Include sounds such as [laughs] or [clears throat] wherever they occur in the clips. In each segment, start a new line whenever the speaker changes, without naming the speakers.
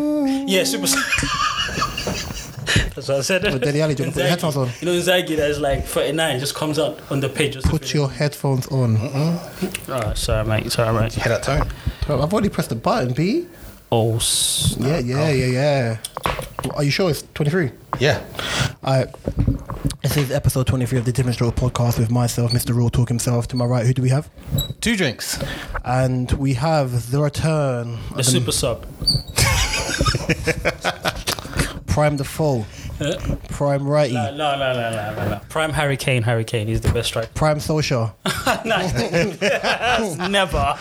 Yes, Super
[laughs]
That's what I said.
But Dele Alli, you gotta put your headphones on.
You know, Inzaghi that is like 39 just comes out on the page. Just
Put your headphones on.
Oh, sorry, mate. Sorry, mate.
Hear that tone?
Bro, I've already pressed the button, B.
Oh, s-
Yeah, yeah, yeah, yeah. Are you sure it's 23?
Yeah.
Alright. This is episode 23 of the Difference Draw podcast with myself, Mr. Raw Talk himself. To my right, who do we have?
Two drinks.
And we have the return of
the super sub.
Prime the Foe,
Eh?
Prime Righty,
No, no, no, no, no, no, no. Prime Harry Kane, Harry Kane. He's the best
[laughs]
striker. [laughs]
Prime Social.
no, that's never.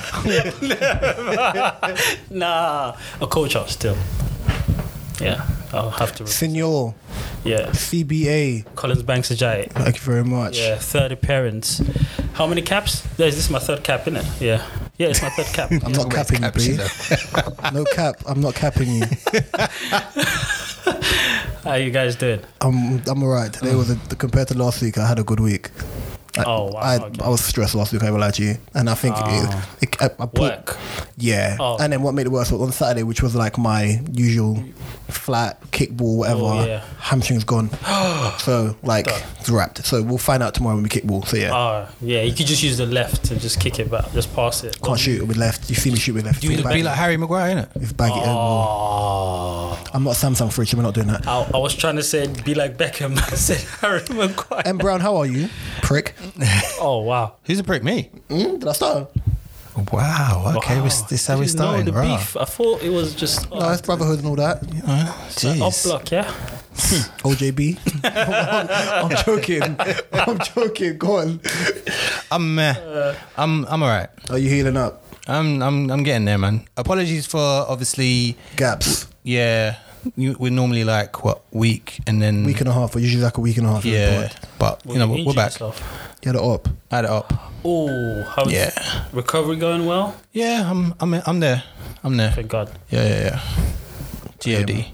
never. [laughs] nah. A coach up still. Yeah, I'll have to.
Senor,
Yeah.
CBA.
Collins Banks Ajay.
Thank you very much.
Yeah, third appearance. How many caps? Yeah, This is my third cap, isn't it? Yeah. Yeah, it's my third cap.
[laughs] I'm not capping you,
caps, you
B. [laughs] no cap. I'm not capping [laughs] you.
How you guys doing?
I'm, I'm all right. Today was a, compared to last week. I had a good week. I,
Oh, wow,
I,
okay.
I was stressed last week. I will lie to you, and I think
Oh.
it, it, I, I put-
Work.
Yeah,
Oh.
and then what made it worse was on Saturday, which was like my usual flat kickball, whatever.
Oh, yeah.
Hamstring's gone,
[gasps]
so like it's wrapped. So we'll find out tomorrow when we kickball. So yeah,
Oh, yeah, you could just use the left and just kick it back, just pass it.
can't shoot with left. You see me shoot with left.
Be
It's baggy.
like Harry Maguire, innit?
It's baggy. Oh.
Oh.
I'm not Samsung fridge. We're not doing that.
I, I was trying to say be like Beckham. [laughs] I said Harry Maguire.
M Brown, how are you, prick?
oh wow.
Who's a prick? Me.
Mm-hmm.
Mm, did I start?
Oh,
Wow. Okay.
Wow.
we're s- this is how
I
we're
didn't know
starting,
the
right?
beef. I thought it was just
No,
oh,
it's brotherhood and
[laughs]
all that.
You
Uh,
know,
up
Jeez.
block, yeah.
OJB. [laughs] I'm, I'm joking. I'm joking. Go on.
I'm, uh, I'm, I'm all right.
Are you healing up?
I'm, I'm, I'm getting there, man. Apologies for obviously,
Gaps.
yeah. You, we're normally like what week and then
Week and a half, or usually like a week and a half. you're
yeah,
bored.
but you know
Well,
we're, we're
injured
back.
yourself.
Get it up.
Add it up.
Oh, how's
Yeah.
recovery going well?
Yeah, I'm, I'm, I'm there. I'm there.
Thank God.
Yeah, yeah, yeah. God.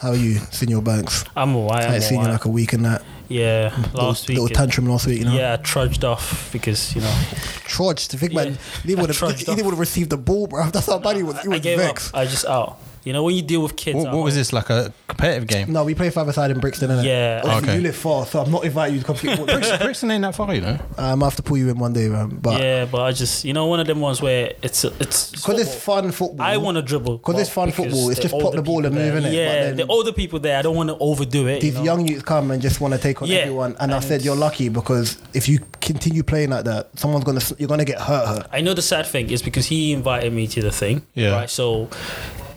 How are you, Senior Banks?
I'm alright.
I
I'm
ain't seen you
alright.
like a week and that.
yeah, last
little,
week.
Little tantrum last week, you know?
Yeah, I trudged off because you know
Trudged. The big
Yeah.
man, he would
[laughs] Trudged
have he
off.
would have received the ball, bro. That's how bad he was. He
I
was
gave
vexed.
up. I was just out. You know when you deal with kids.
What,
I'm
what was
out.
this like a competitive [laughs] game?
No, we play five aside in Brixton, innit?
Yeah.
Obviously,
Okay.
You live far, so I'm not inviting you to come kick football. [laughs]
Brixton, Brixton ain't that far, you know.
I'm have to pull you in one day, man. But
yeah, but I just you know one of them ones where it's it's
because it's
football.
fun football.
I want to dribble
'Cause it's
but
fun football, it's
the
just pop
older
the ball and
people
move,
there-
innit? But
Yeah,
then-
the older people there, I don't want to overdo it.
these
you know?
young youths come and just want to take on
Yeah,
everyone, and I
and
said you're lucky because if you continue playing like that, someone's gonna you're gonna get hurt. hurt.
I know the sad thing is because he invited me to the thing.
Yeah.
Right. So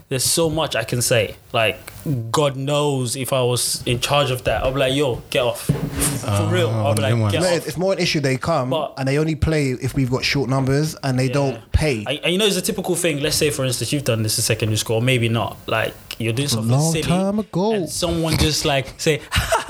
there's so much I can say. Like God knows if I was in charge of that, I'll be like, yo, get off. For
Ah,
real. I'll be like,
them ones.
get
No,
off.
it's it's more an issue. They come
But-
and they only play if we've got short numbers, and they don't pay.
I, I- you know, it's a typical thing. Let's say, for instance, you've done this in secondary school, or maybe not. Like you're doing something
long
silly,
time ago.
and someone just like say, [laughs]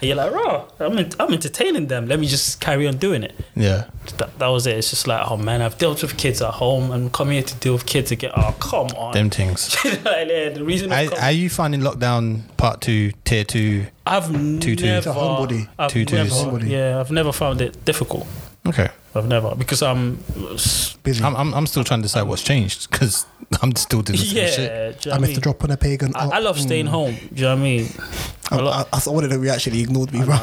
and you're like, "Raw, I'm ent- I'm entertaining them. Let me just carry on doing it."
Yeah.
That, that was it. It's just like, oh man, I've dealt with kids at home, and come here to deal with kids again. Oh come on.
Them things.
[laughs] Like, yeah, the reason
Are,
I've,
are you finding lockdown part two, tier two?
I've
two twos.
never,
It's
a homebody.
I've
Two twos.
never-
Homebody.
yeah, I've never found it difficult.
Okay.
I've never because I'm, Mm.
Busy.
I'm, I'm, I'm still trying to decide what's changed because [laughs] I'm still doing the
[laughs]
same
yeah.
shit.
do you know
I
what mean?
missed the drop Oh, mm. on a pagan.
I, I love staying home. Do you know what I mean? I,
I,
lo-
oh, I, I wanted to reaction. He ignored me, bro. [laughs]
I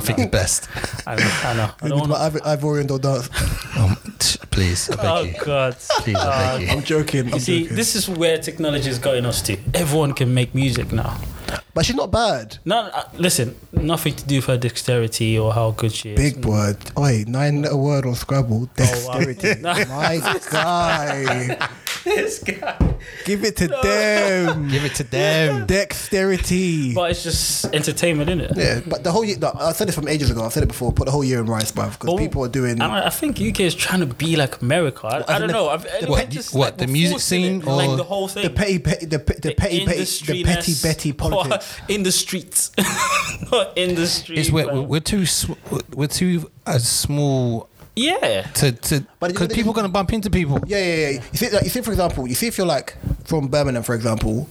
think
[laughs]
it's best.
I know. I, know. I
Maybe
don't
my
want
Ivor- Ivorian don't dance.
Um, t- please, I beg
Oh
you.
God!
Please, I beg you.
[laughs]
I'm joking. I'm
You see,
joking.
this is where technology has gotten us to. Everyone can make music now.
but she's not bad.
No, uh, listen, nothing to do with her dexterity or how good she is.
Big word. Oi, nine letter word on Scrabble. Dexterity.
No.
My guy.
this guy.
Give it to them.
Give it
[laughs]
to them.
Dexterity.
But it's just entertainment, isn't it?
Yeah, but the whole year, no, I said this from ages ago. I've said it before. Put the whole year in rice, bruv, because
But-
people are doing.
And I, I think UK is trying to be like America. I, I don't know. I've,
What,
just,
what, the
we're
music
forcing
scene
it, like
or-
the whole thing? [laughs]
the petty, petty, the, pe- the petty, petty, the petty,
industry-ness [laughs]
Betty politics.
or in the streets, [laughs] not in the streets.
It's we're, we're too sw- we're too uh, small
yeah,
to to
But you know
because
the-
people gonna bump into people.
Yeah, yeah, yeah. You see, like, you see, for example, you see if you're like from Birmingham, for example,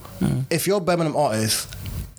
if you're a Birmingham artist,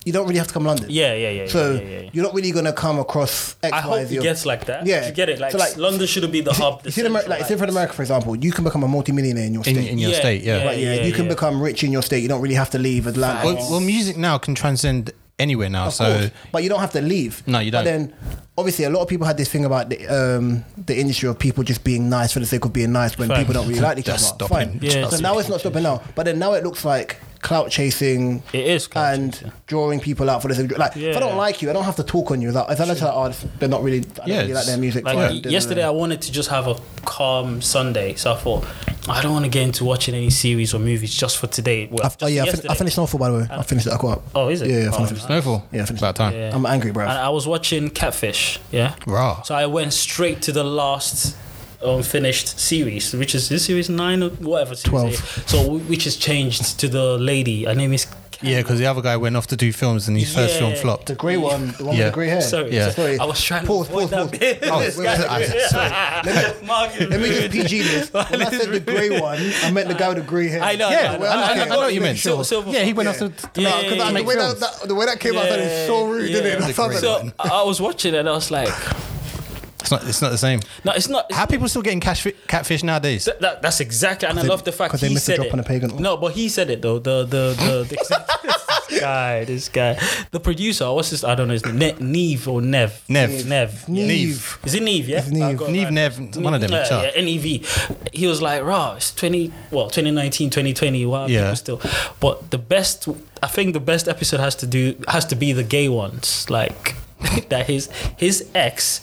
you don't really have to come London.
Mm. Yeah, yeah, yeah.
So
yeah, yeah, yeah.
you're not really gonna come across X,
I
Y,
hope
Z.
it gets like that.
Yeah.
Yeah, you get it. Like,
So, like,
London shouldn't be the hub.
you see, the, Amer- like, say for
centralized.
America, for example, you can become a multimillionaire in your
in,
state.
in your
Yeah,
state. Yeah.
yeah.
right, yeah, you can
yeah.
become rich in your state. You don't really have to leave Atlanta.
Well, well, music now can transcend anywhere now.
Of
so
course, but you don't have to leave.
No, you
But
don't.
then, obviously, a lot of people had this thing about the um, the industry of people just being nice for the sake of being nice when
Fine.
people don't really like each
That's
other.
stopping.
Fine.
Yeah,
so
it's-
now it's not stopping now. But then now it looks like clout chasing.
It is clout
and drawing people out for the sake of- like. If I
Yeah.
don't like you, I don't have to talk on you. Like, if I let you like, oh, they're not really. I
Yeah,
don't really like their
it's-
music.
Like
fine.
y- yesterday, I wanted to just have a calm Sunday, so I thought I don't want to get into watching any series or movies just for today. Well,
I've,
just
oh yeah, I, fin-
yesterday.
I finished Snowfall by the way. I finished it. I got up.
Oh, is it?
Yeah, yeah I
Oh,
finished it.
nice.
Snowfall.
Yeah, I finished
about time.
Yeah.
I'm angry, bro.
And I was watching Catfish. Yeah.
Raw.
So I went straight to the last unfinished series, which is this series nine or whatever. Series
Twelve.
it is. So wh- which is changed to the lady. Her name is. Kat-
Yeah, because the other guy went off to do films and his first film
Yeah.
flopped.
the grey one, the one
Yeah.
with the grey hair.
Sorry,
Yeah.
sorry. I was trying
Pause,
to avoid that
pause, pause.
bit.
Oh,
This
wait,
guy-
I'm
[laughs]
sorry.
Mark is
Let me
rude.
just PG
[laughs]
this. [laughs] When I said the grey one, I meant the guy with the grey hair.
I know.
Yeah,
I know,
well,
I, I-
okay.
I know what you meant.
Silver- silver
yeah, he
fox.
went
Yeah.
off to. to
Yeah,
no,
yeah,
'cause
yeah,
I-
yeah.
the,
make
way that,
films.
that- the way that came out, that is so rude,
yeah.
isn't it? I felt like-
So I I was watching it and I was like,
It's not. It's not the same.
no, it's not.
How are people still getting cash fi- catfish nowadays?
Th- that, that's exactly, and I
they-
love the fact
'cause they
he
missed the
said
drop
it.
on the pagan.
No, but he said it though. The the the,
[laughs]
the this guy, this guy, the producer. What's this? I don't know. His name, ne- Neve or Nev?
Nev.
Nev.
Neve.
Neve.
Is it Neve? Yeah.
It's Neve.
I've got it
Neve,
right.
Nev, one of them,
Yeah,
sure.
yeah, N-E-V. He was like, "Raw, it's twenty, well, 2019, 2020. Wow,
Yeah.
people still." But the best, I think, the best episode has to do has to be the gay ones, like [laughs] that. His his ex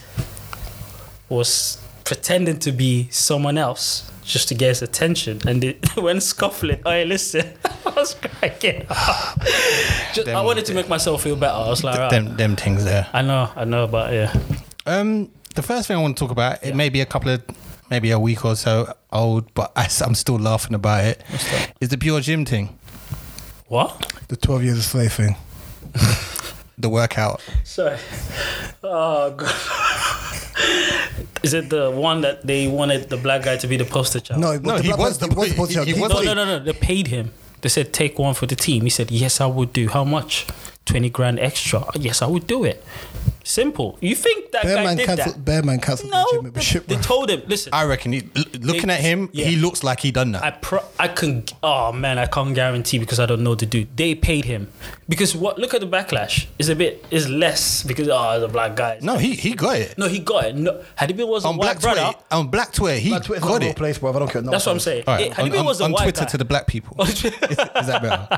was pretending to be someone else just to get his attention, and they [laughs] went scuffling. Hey, listen, [laughs] I was cracking.
[sighs]
up. just, I
Them-
wanted to make myself feel better. I was like, right.
Them, them things there.
I know, I know, but yeah,
Um, the first thing I want to talk about, it may be a couple of, maybe a week or so old, but I, am still laughing about it. Is the pure gym thing,
what?
the 12 years of slave thing.
the workout?
Sorry. Oh god. Is it the one that they wanted the black guy to be the poster child?
No,
No, he was the boy. He- he was
no,
the-
no, no, no. They paid him. They said take one for the team. He said yes, I would do. How much? Twenty grand extra. Yes, I would do it. Simple. You think that guy
Bearman
did
cancelled,
that?
Bearman cancelled
No,
the gym
they,
membership.
they told him. Listen, I,
I reckon. He, l- looking
They-
at him,
yeah.
he looks like he done that.
pro- I can. Oh man, I can't guarantee because I don't know the dude. They paid him because what? Look at the backlash. Is a bit is less because oh the black guy.
no, he he got it
No, he got it. No, had it been was a
on
white
Black
brother.
Twitter. On Black Twitter, he
Twitter's not
got
a real
it.
place, bro. I don't care. No,
That's what I'm saying.
All right,
It- had
on,
it been
on-
was a
on
white
Twitter
guy- [laughs]
to the black people. is, is that better?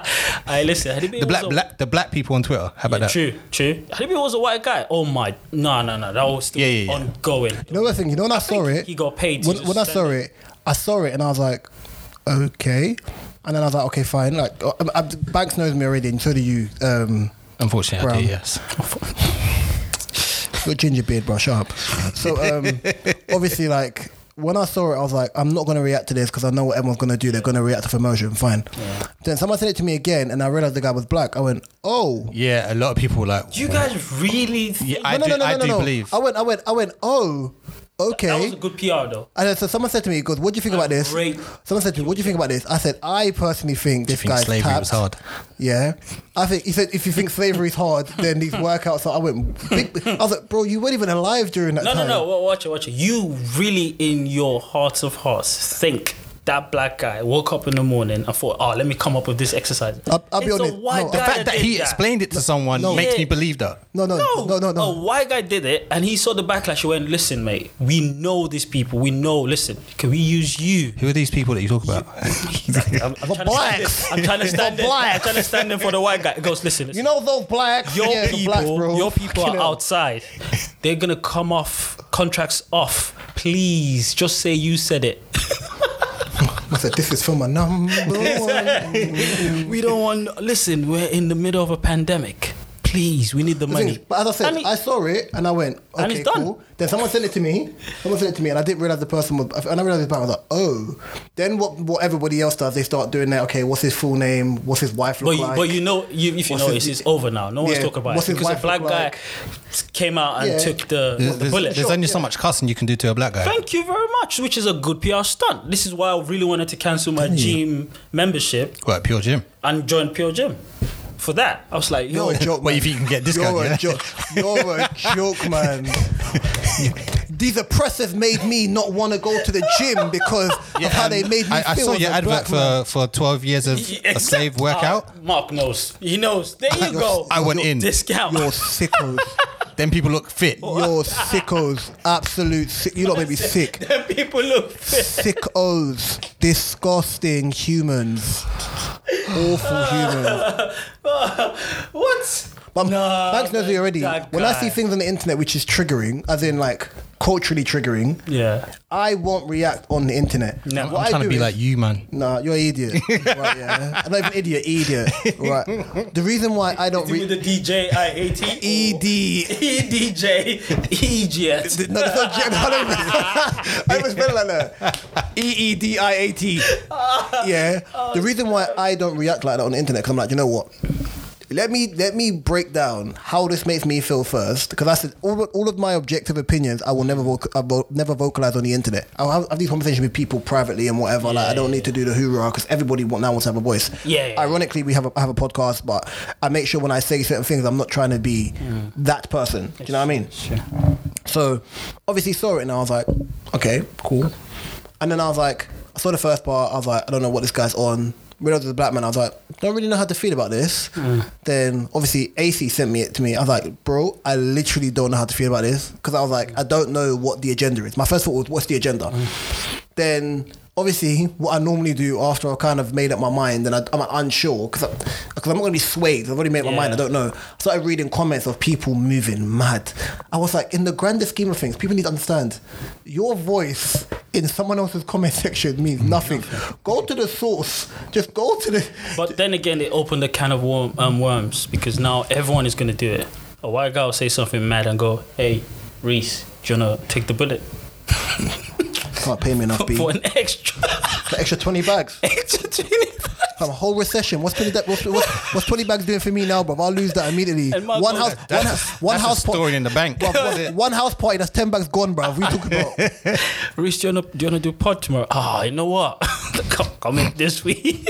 I listen. Had it been
The black
was a,
black the black people on Twitter. How about
Yeah,
that?
True, true. Had it been was a white guy. Oh my, no, no, no. That was still
Yeah, yeah, yeah.
ongoing.
You know what I think? You know when I, saw it?
he got paid to
When,
just
when I
stand
saw it, I saw it and I was like, okay. And then I was like, okay, fine. Like, uh, I, I, Banks knows me already, and so do you. Um,
Unfortunately, I
Brown.
do, yes.
Your ginger beard, bro. Shut up. So um, obviously, like when I saw it, I was like, I'm not gonna react to this because I know what everyone's gonna do. They're gonna react to promotion. Fine. Then someone said it to me again, and I realized the guy was black. I went, oh.
Yeah, a lot of people were like.
You guys really? think-
Yeah, I do. I do believe.
I went, I went, I went. Oh,
That
okay.
was a good PR though.
And then, so someone said to me, he goes, what do you think about this?
Great.
Someone said to me, what do you think about this? I said, I personally think this
think
guy's
slavery
tapped.
was hard?
Yeah. I think, he said, if you think slavery's hard, then these workouts are, I went, big, I was like, bro, you weren't even alive during that
No, no,
time.
no. wa- Watch it, watch it. You really, in your heart of hearts, think. That black guy woke up in the morning and thought, "Oh, let me come up with this exercise."
I'll- I'll be
It's a
honest.
white
No, the
guy
The fact that
did
he explained it to someone makes
Yeah.
me believe that.
No, no, no, Oh, no, no.
A white guy did it, and he saw the backlash. He went, "Listen, mate, we know these people. We know. Listen, can we use you?"
Who are these people that you talk about?
I'm,
[laughs]
I'm trying to
blacks.
stand in. I'm trying to stand
The
in. I'm
blacks.
trying to stand in for the white guy. He goes, "Listen,
You
listen,
know those blacks?
your
Yeah, the
people,
blacks, bro.
your people
Fucking
are
hell.
outside. They're gonna come off contracts off. Please, just say you said it.
I said, this is for my [laughs] number one.
we don't want. Listen, we're in the middle of a pandemic. Please, we need the
The thing
money."
is, But as I said,
And he-
I saw it and I went, okay,
And it's done.
cool. Then someone sent it to me. Someone sent it to me, and I didn't realize the person was. And I realized the person was like, oh. Then what? What everybody else does, they start doing that. Okay, what's his full name? What's his wife look
But you,
like?
but you know, you, if you
What's
notice,
his-
it's over now. No one's
Yeah,
talking about
what's
it
his
because the black
wife look
guy
like?
came out and
Yeah.
took the,
[laughs] There's,
the
there's-
bullet.
there's only so much cussing you can do to a black guy.
Thank you very much, which is a good PR stunt. This is why I really wanted to cancel my gym membership
Well, pure gym.
and join Pure Gym. for that. I was like, yo,
You're
[laughs]
a joke,
Wait,
man.
if you can get this
You're
guy,
a
yeah. [laughs]
joke. You're a joke, man. These oppressors made me not want to go to the gym because of how they made me
I,
feel.
um, I saw
as
your
a
advert
black man.
for, for 12
[laughs]
years of a slave workout.
Uh, Mark knows. He knows. There you
You're-
go.
[laughs] I went in.
Discount. [laughs]
You're sickos.
Then people look fit.
Oh,
You're sickos. Absolute sick. You lot made me sick.
Then people look. [laughs]
Sickos. Disgusting humans. Awful
Ah.
humans.
Ah, what?
But I'm,
Nah,
Banks knows me already.
that
When I
guy.
see things on the internet which is triggering, as in like culturally triggering,
Yeah.
I won't react on the internet. No,
I'm trying to be like you, man.
Nah, you're
[laughs]
an idiot. right, yeah. I'm not even idiot, idiot. Right. The reason why I don't
With
read.
the DJ IAT.
E ED.
EDJ. EGS.
No, that's not Jim. [laughs] I was better like that. E E D I A T. [laughs] Yeah.
Oh,
The reason why I don't react like that on the internet because I'm like, you know what? Let me let me break down how this makes me feel first because I said all, of- all of my objective opinions I will never voc- I will never vocalize on the internet. I'll have, have these conversations with people privately and whatever. like I don't need to do the hoorah because everybody want, now wants to have a voice.
Yeah, yeah.
Ironically, we have a, I have a podcast, but I make sure when I say certain things, I'm not trying to be
Mm.
that person. Do you know what I mean? So obviously saw it and I was like, okay, cool. And then I was like, I saw the first part, I was like, I don't know what this guy's on. Realized it was a black man, I was like, don't really know how to feel about this. Then obviously AC sent me it to me. I was like, bro, I literally don't know how to feel about this. Because I was like, I don't know what the agenda is. My first thought was, what's the agenda? Then obviously what I normally do after I've kind of made up my mind and I, I'm unsure because I'm not going to be swayed. I've already made up my mind. I
Yeah.
don't don't know. I started reading comments of people moving mad. I was like, in the grander scheme of things, people need to understand your voice in someone else's comment [laughs] section means nothing. Go to the source. Just go to the. [laughs]
But then again, it opened a can of worm, um, worms because now everyone is going to do it. A white guy will say something mad and go, hey, Reese, do you want to take the bullet
Can't pay me enough,
[laughs]
B.
for
For
an extra, [laughs]
extra
[laughs]
20 bags.
extra 20
From a whole recession. What's 20, that, what's, what's, what's 20 bags doing for me now, bruv? I'll lose that immediately.
And my
One
God,
house, one,
That's,
house, one
that's
house
a
po-
story in the bank. [laughs]
Bruv, one, one house party, that's 10 bags gone, bruv. We talking about.
Reese, do you want to do, you wanna do pod tomorrow? Ah, you know what? [laughs] come, come in this week.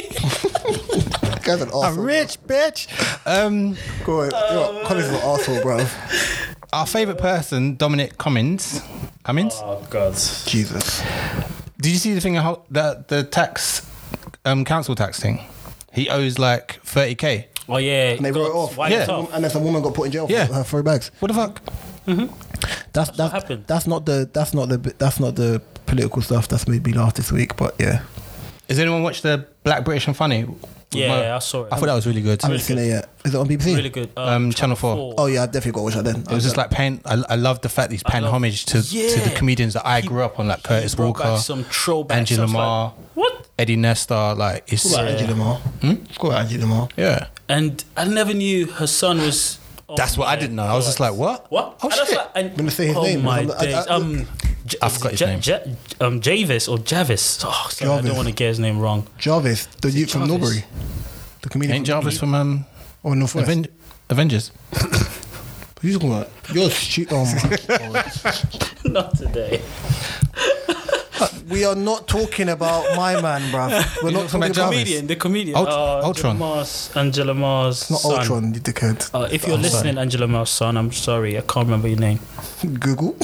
Guys, an
I'm
arsehole.
rich, bitch. Um,
Go ahead. Yo, Colin's an arsehole, bruv.
our favorite person, Dominic Cummins. Cummins.
[laughs] oh, God.
Jesus.
Did you see the thing? How the the tax, um, council tax thing? He owes like thirty k.
Oh, yeah.
And they wrote it off.
Why
Yeah.
it's off?
And then some woman got put in jail
Yeah.
for her three bags.
What the fuck?
That's
what
that's
happened.
that's not the that's not the that's not the political stuff that's made me laugh this week. But yeah,
Has anyone watched the Black British and Funny?
Yeah,
With
I saw it.
I thought that was really good.
I haven't
It
seen it yet. Is it on BBC?
Really good. Uh,
Um, Channel four.
Oh yeah, I definitely got to watch that then.
was just like paying. I, I love the fact that he's paying
love-
homage to, to the
Yeah.
comedians that I grew up on, like
He
Curtis
brought
Walker,
back some throwbacks.
Angie
I was
Lamar,
like, what?
Eddie Nestor. Like it's
It's got Angie Lamar.
Hmm?
It's got Angie Lamar.
yeah.
And I never knew her son was. oh
That's what I
my
didn't know. I was just like, what?
What?
Oh
And I was
shit!
like- and-
Let me say his
oh
name.
my
I'm- I- I-
days. um, J-
I forgot his
J-
name.
J- um, Javis or Javis. Oh, sorry, I
Jarvis.
don't want to get his name wrong. [laughs]
Jarvis, the youth from
Jarvis?
Norbury, the comedian.
Ain't Jarvis from um,
or Northwest.
Aven- Avengers?
Who's talking about? You're stupid. Oh my
[laughs]
God.
Not today.
we are not talking about my man, bruv. We're
talking
not talking
about
about
Jarvis?
Comedian, the comedian.
Ult-
uh,
Ultron.
Angela Mars. Angela Mars.
Not
son.
Ultron, you dickhead.
Uh, if you're listening, Angela Mars, son, I'm sorry. I can't remember your name. [laughs]
Google.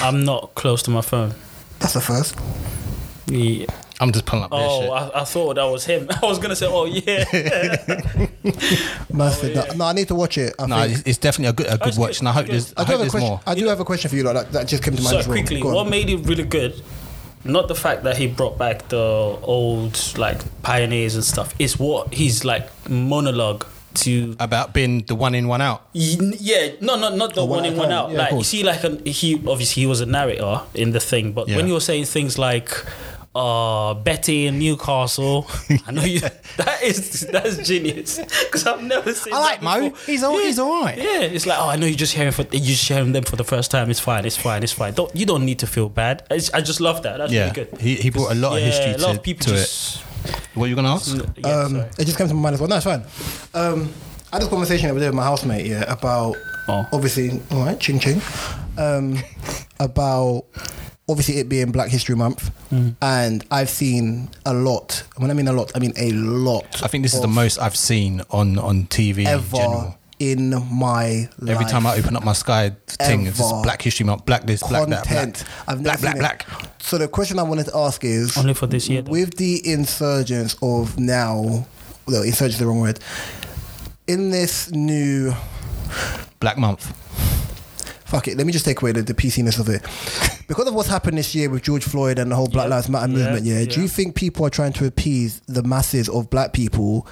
I'm not close to my phone.
That's the first.
Yeah.
I'm just pulling up their
Oh,
shit.
I, I thought that was him. [laughs] I was gonna say, oh yeah.
Man said that. No, I need to watch it. I
Oh, No,
think.
it's, it's definitely a good, a good
it's
watch,
good,
and I hope
it's
there's,
I
I hope
do have a
there's
question.
more.
I do have a question for you. Like that, that just came to mind.
so
as well.
quickly,
Go on.
what made it really good? Not the fact that he brought back the old like pioneers and stuff. It's what he's like monologue to.
About being the one in, one out.
Y- Yeah, no, no, not the
Oh, one
one
at
in,
a
one
time.
out.
Yeah, of
like you
course.
see, like an, he obviously he was a narrator in the thing, but
Yeah.
when you were saying things like. Uh, Betty in
[laughs]
Newcastle. I know you. [laughs] That is that's genius because I've never seen.
I like
that
Mo.
before.
He's all,
Yeah.
he's all right.
Yeah, it's like oh, I know you're just hearing for you're just hearing them for the first time. It's fine, it's fine, it's fine. Don't you don't need to feel bad. I just, I just love that. That's
Yeah,
really good.
he, he brought a lot of
yeah,
history
a lot
to,
of people
to
just.
it. What are you gonna ask?
Yeah,
Um,
sorry.
it just came to my mind as well. No, it's fine. Um, I had this conversation over there with my housemate, yeah, about
Oh.
[laughs]
obviously, all right, ching ching, um, about obviously it being Black History Month,
Mm.
and I've seen a lot. And When I mean a lot, I mean a lot.
I think this is the
of
most I've seen on on TV in
ever
general.
in, my life.
Every time I open up my Sky thing, it's
Ever.
just Black History Month, Black this, Black that, Black,
content, I've never
Black, Black,
seen
Black.
it. So the question I wanted to ask is
Only for this year, though.
with the insurgence of now, no, insurgence is the wrong word. In this new
Black Month.
fuck it, let me just take away the, the
[laughs]
PC-ness of it. Because of what's happened this year with George Floyd and the whole Black
Yeah,
Lives Matter
yeah,
movement, yeah, do
yeah.
you think people are trying to appease the masses of black people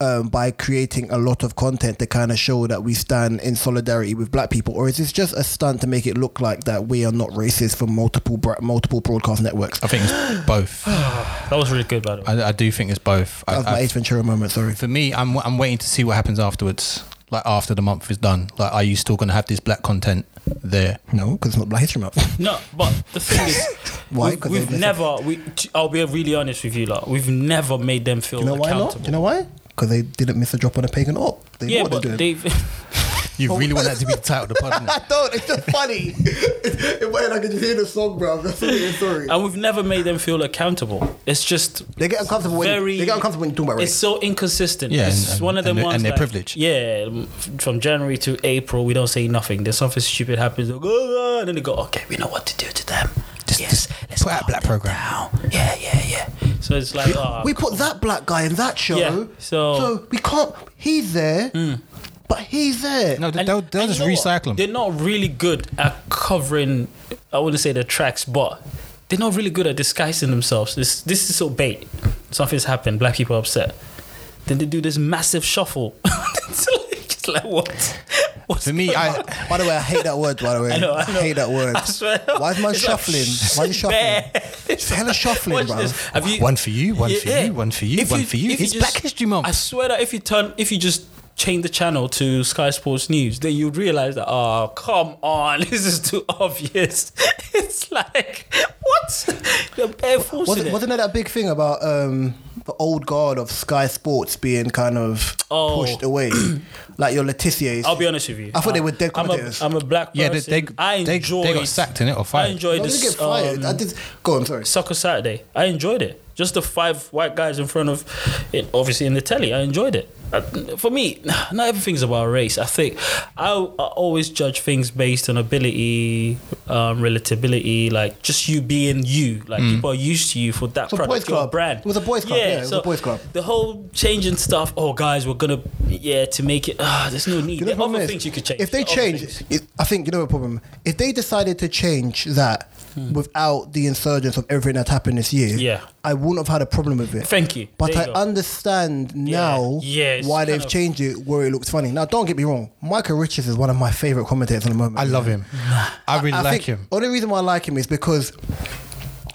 um, by creating a lot of content to kind of show that we stand in solidarity with black people? Or is this just a stunt to make it look like that we are not racist for multiple bra- multiple broadcast networks?
I think
[gasps]
it's both. I,
That was really good, by the way.
I do think it's both.
Uh,
I,
That was my
I-
Ace Ventura moment, sorry.
for me, I'm I'm waiting to see what happens afterwards. Like after the month is done, like are you still going to have this black content there?
No, because it's not Black History [laughs] Month.
No, but the thing is,
[laughs] Why?
we've,
'Cause
we've
they've-
never. We, t- I'll be really honest with you, lot. We've never made them feel
You know why
accountable.
not? You know why? Because they didn't miss a drop on a pagan op. They know
yeah,
what they're
but
doing.
they've. [laughs]
You really want that to be the title of the podcast?
don't. It's just funny. [laughs] it wasn't. I could just hear the song, bro. That's what it is, sorry.
and we've never made them feel accountable. It's just
They get uncomfortable. When,
very.
they get uncomfortable when you talk about
It's
race.
so inconsistent.
Yeah,
it's
and-
one of them
and- and
ones.
their
like,
privilege.
Yeah, m- from January to April, we don't say nothing. There's something stupid happens. They go, "Oh, oh," and then they go, okay, we know what to do to them.
Just-
yes,
just
let's
put out a
calm
black
them
program.
down. Yeah, yeah, yeah. So it's like, ah,
We put that black guy in that show.
Yeah, so- Hmm.
so we can't. He's there, but he's there.
No,
And-
they'll, they'll
and
just
you know what?
recycle them.
They're not really good at covering. I wouldn't say the tracks, but they're not really good at disguising themselves. This this is so bait. Something's happened. Black people are upset. Then they do this massive shuffle. [laughs] it's like, it's like what? What's
For
[laughs]
me, I
[laughs] By the way, I hate that word. By the way,
I know, I know.
hate that
[laughs]
word.
I swear.
Why is my
It's like, [laughs]
shuffling? Why is it shuffling?
bear.
It's hella shuffling,
Watch
bro.
this. Have you-
one for you, one
Yeah,
for
yeah.
you, one for you,
If
one for you.
if
It's
just-
Black History Month.
I swear that if you turn, if you just change the channel to Sky Sports News, then you'd realize that, oh, come on, [laughs] this is too obvious. [laughs] it's like, what? You're bare forcing
Wasn't,
it.
wasn't there that big thing about um, the old guard of Sky Sports being kind of
Oh. [clears throat]
pushed away, like your Letitia's?
I'll be honest with you.
I thought they
Uh,
were dead
I'm a,
commentators.
I'm a black person.
Yeah, they- they-
I
they- they
enjoyed,
got sacked, innit, or
I
fired?
enjoyed
I didn't get
this
fired. I
um,
did. Go on, sorry.
Soccer Saturday. I enjoyed it. Just the five white guys in front of it, obviously in the telly. I enjoyed it. Uh, For me, [sighs] not everything's about race. I think I, I always judge things based on ability, um, relatability, like just you being you. Like people are used to you for that
a
product,
boys'
your
club.
brand.
It was a boys' club, yeah, it was a boys' club.
The whole changing stuff. Oh, guys, we're gonna yeah to make it. Ah, there's no need.
You know
there are
the problem
other
is,
things you could change.
If they
There are other things.
change, it, I think you know the problem. If they decided to change that without the insurgence of everything that's happened this year,
Hmm. Yeah.
I wouldn't have had a problem with it.
Thank you.
But
There
I
you go.
understand now
Yeah, it's
why
kind
they've
of-
changed it where it looks funny. Now, don't get me wrong, Michael Richards is one of my favorite commentators at the moment.
I love him. I really
I
like
think
him.
Only reason why I like him is because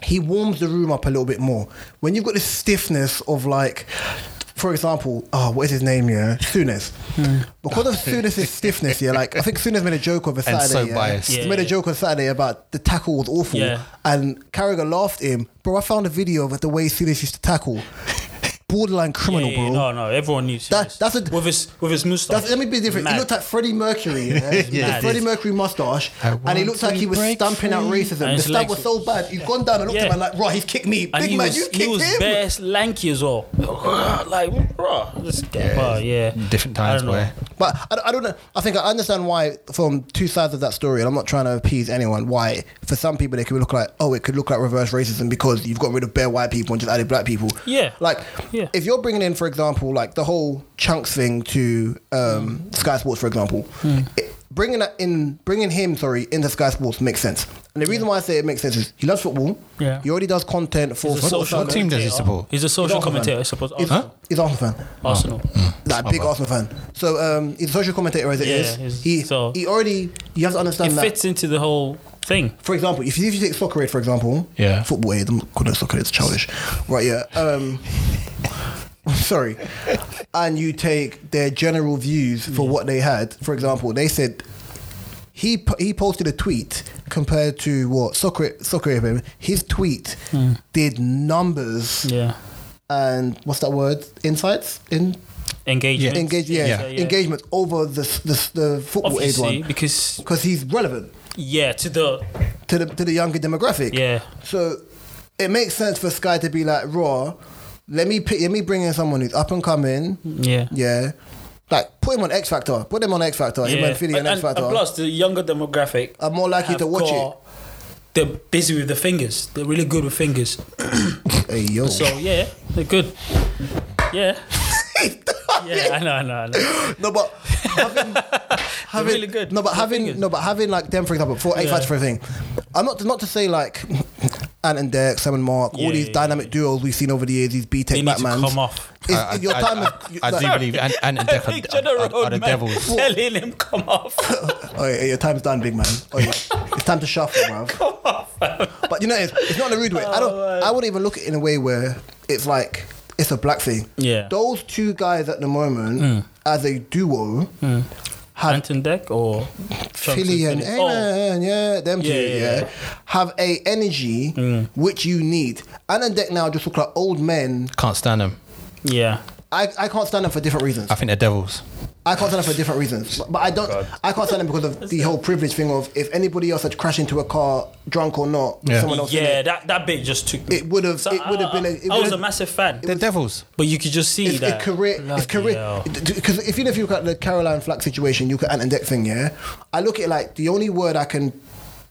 he warms the room up a little bit more. When you've got this stiffness of like, for example, oh, what is his name? Yeah, Souness.
Hmm.
Because
[laughs]
of Souness's stiffness, yeah, like I think Souness made a joke over Saturday.
so
yeah?
biased.
Yeah,
he made a
yeah.
joke on Saturday about the tackle was awful,
Yeah.
and Carragher laughed at him. Bro, I found a video of the way Souness used to tackle. Borderline criminal,
Yeah, yeah, No,
bro.
no, everyone needs
That-
this.
that's a-
with his with his moustache.
That's, let me be different. He
Mad.
looked like Freddie
[laughs]
Mercury, yeah? yeah,
mad.
Freddie Mercury mustache,
I
and he
want
looked
to
like he was
break
stamping out
free.
racism.
And
The
his legs
stamp was so bad. He's gone down and looked
Yeah.
at him and like, right, he's kicked me.
and
Big
he
man,
was,
you
he
kicked
was
him.
bare lanky as well. [laughs] like, bruh, this guy, yeah, yeah.
Different
I
times
don't know.
where
But I, I don't know. I think I understand why, from two sides of that story, and I'm not trying to appease anyone, why for some people they could look like, oh, it could look like reverse racism because you've got rid of bare white people and just added black people.
Yeah.
Like,
Yeah.
if you're bringing in, for example, like the whole chunks thing to um, Sky Sports, for example,
Hmm.
it, bringing that in, bringing him, sorry, into Sky Sports makes sense. And the reason why I say it makes sense is he loves football.
Yeah.
He already does content for
He's a
football.
social
what team does he
commentator.
support?
uh, He's a social
He's
commentator, I
Arsenal
suppose.
He's,
Arsenal.
he's an Arsenal fan.
Arsenal.
That big
bad.
Arsenal fan. So um, he's a social commentator as it
Yeah,
is.
he's-
He
so-
he already you have to understand
It
that.
fits into the whole thing.
For example, if you, if you take soccer aid, for example,
Yeah.
football aid. I'm not calling it soccer aid. It's childish, right? Yeah. Um, [laughs] sorry. And you take their general views for what they had. For example, they said he po- he posted a tweet compared to what soccer soccer aid. His tweet did numbers
Hmm. Yeah.
and what's that word? Insights in
Engagement.
engage yeah,
Yeah.
engagement over the the, the football aid
Obviously,
one
because
because he's relevant
yeah, to the
to the to the younger demographic.
Yeah.
So it makes sense for Sky to be like raw. Let me pick, let me bring in someone who's up and coming.
Yeah.
Yeah. Like put him on X Factor. Put him on X Factor. Him and Philly on
And,
X
and, and
Factor.
plus, the younger demographic
I'm more likely
have
to watch
got- They're busy with the fingers. They're really good with fingers.
it. Hey yo.
So yeah, they're good.
[laughs]
Yeah. yeah, I know, I know, I know.
no,
[laughs]
but having, having
really good.
No, but
They're
having
fingers.
no, but having like them for example, for X
Yeah.
Factor for a thing. I'm not not to say like Ant and Derek, Sam and Mark, all
Yeah,
these
yeah,
dynamic duos we've seen over the years, these B
They
Tech
need to
Batmans.
come off.
It's,
I, I-
your time
I,
is,
I, I do
like-
believe and
[laughs]
and and Deck
Picture
are,
the
are, are,
road
the
man
devils.
[laughs] telling him come off. [laughs]
Oh, yeah, your time's done, big man. Oh, yeah. it's time to shuffle, bruv. [laughs] But you know, it's, it's not in a rude way. I don't.
Oh,
I wouldn't even look at it in a way where it's like it's a black thing.
Yeah. Mm.
Those two guys at the moment, as a duo, have
Anton Deck or
Philly and
Oh,
Amen, yeah, them two,
Yeah,
yeah,
yeah, yeah. Mm.
have a energy which you need. And then Deck now just look like old men.
Can't stand them.
Oh, yeah.
I, I can't stand them for different reasons.
I think they're devils.
I can't stand them for different reasons. But, but I don't. I can't stand them because of the whole privilege thing of if anybody else had crashed into a car, drunk or not,
Yeah.
someone else. in
Yeah,
it,
that, that bit just took me.
it would have. it would have
I-
been. A, it
I was
would've-
a massive fan,
They're devils.
but you could just see
It's,
that
it's career. It's career. Because if you know if you look at the Caroline Flack situation, you look at Ant and Dec thing. Yeah, I look at it like the only word I can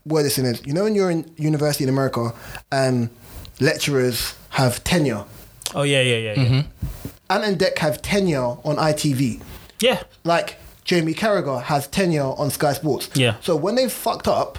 word this in is you know when you're in university in America, and lecturers have tenure.
Oh yeah, yeah, yeah, yeah.
Mm-hmm.
Ant and Dec have tenure on ITV.
Yeah,
like Jamie Carragher has tenure on Sky Sports.
Yeah.
So when they fucked up,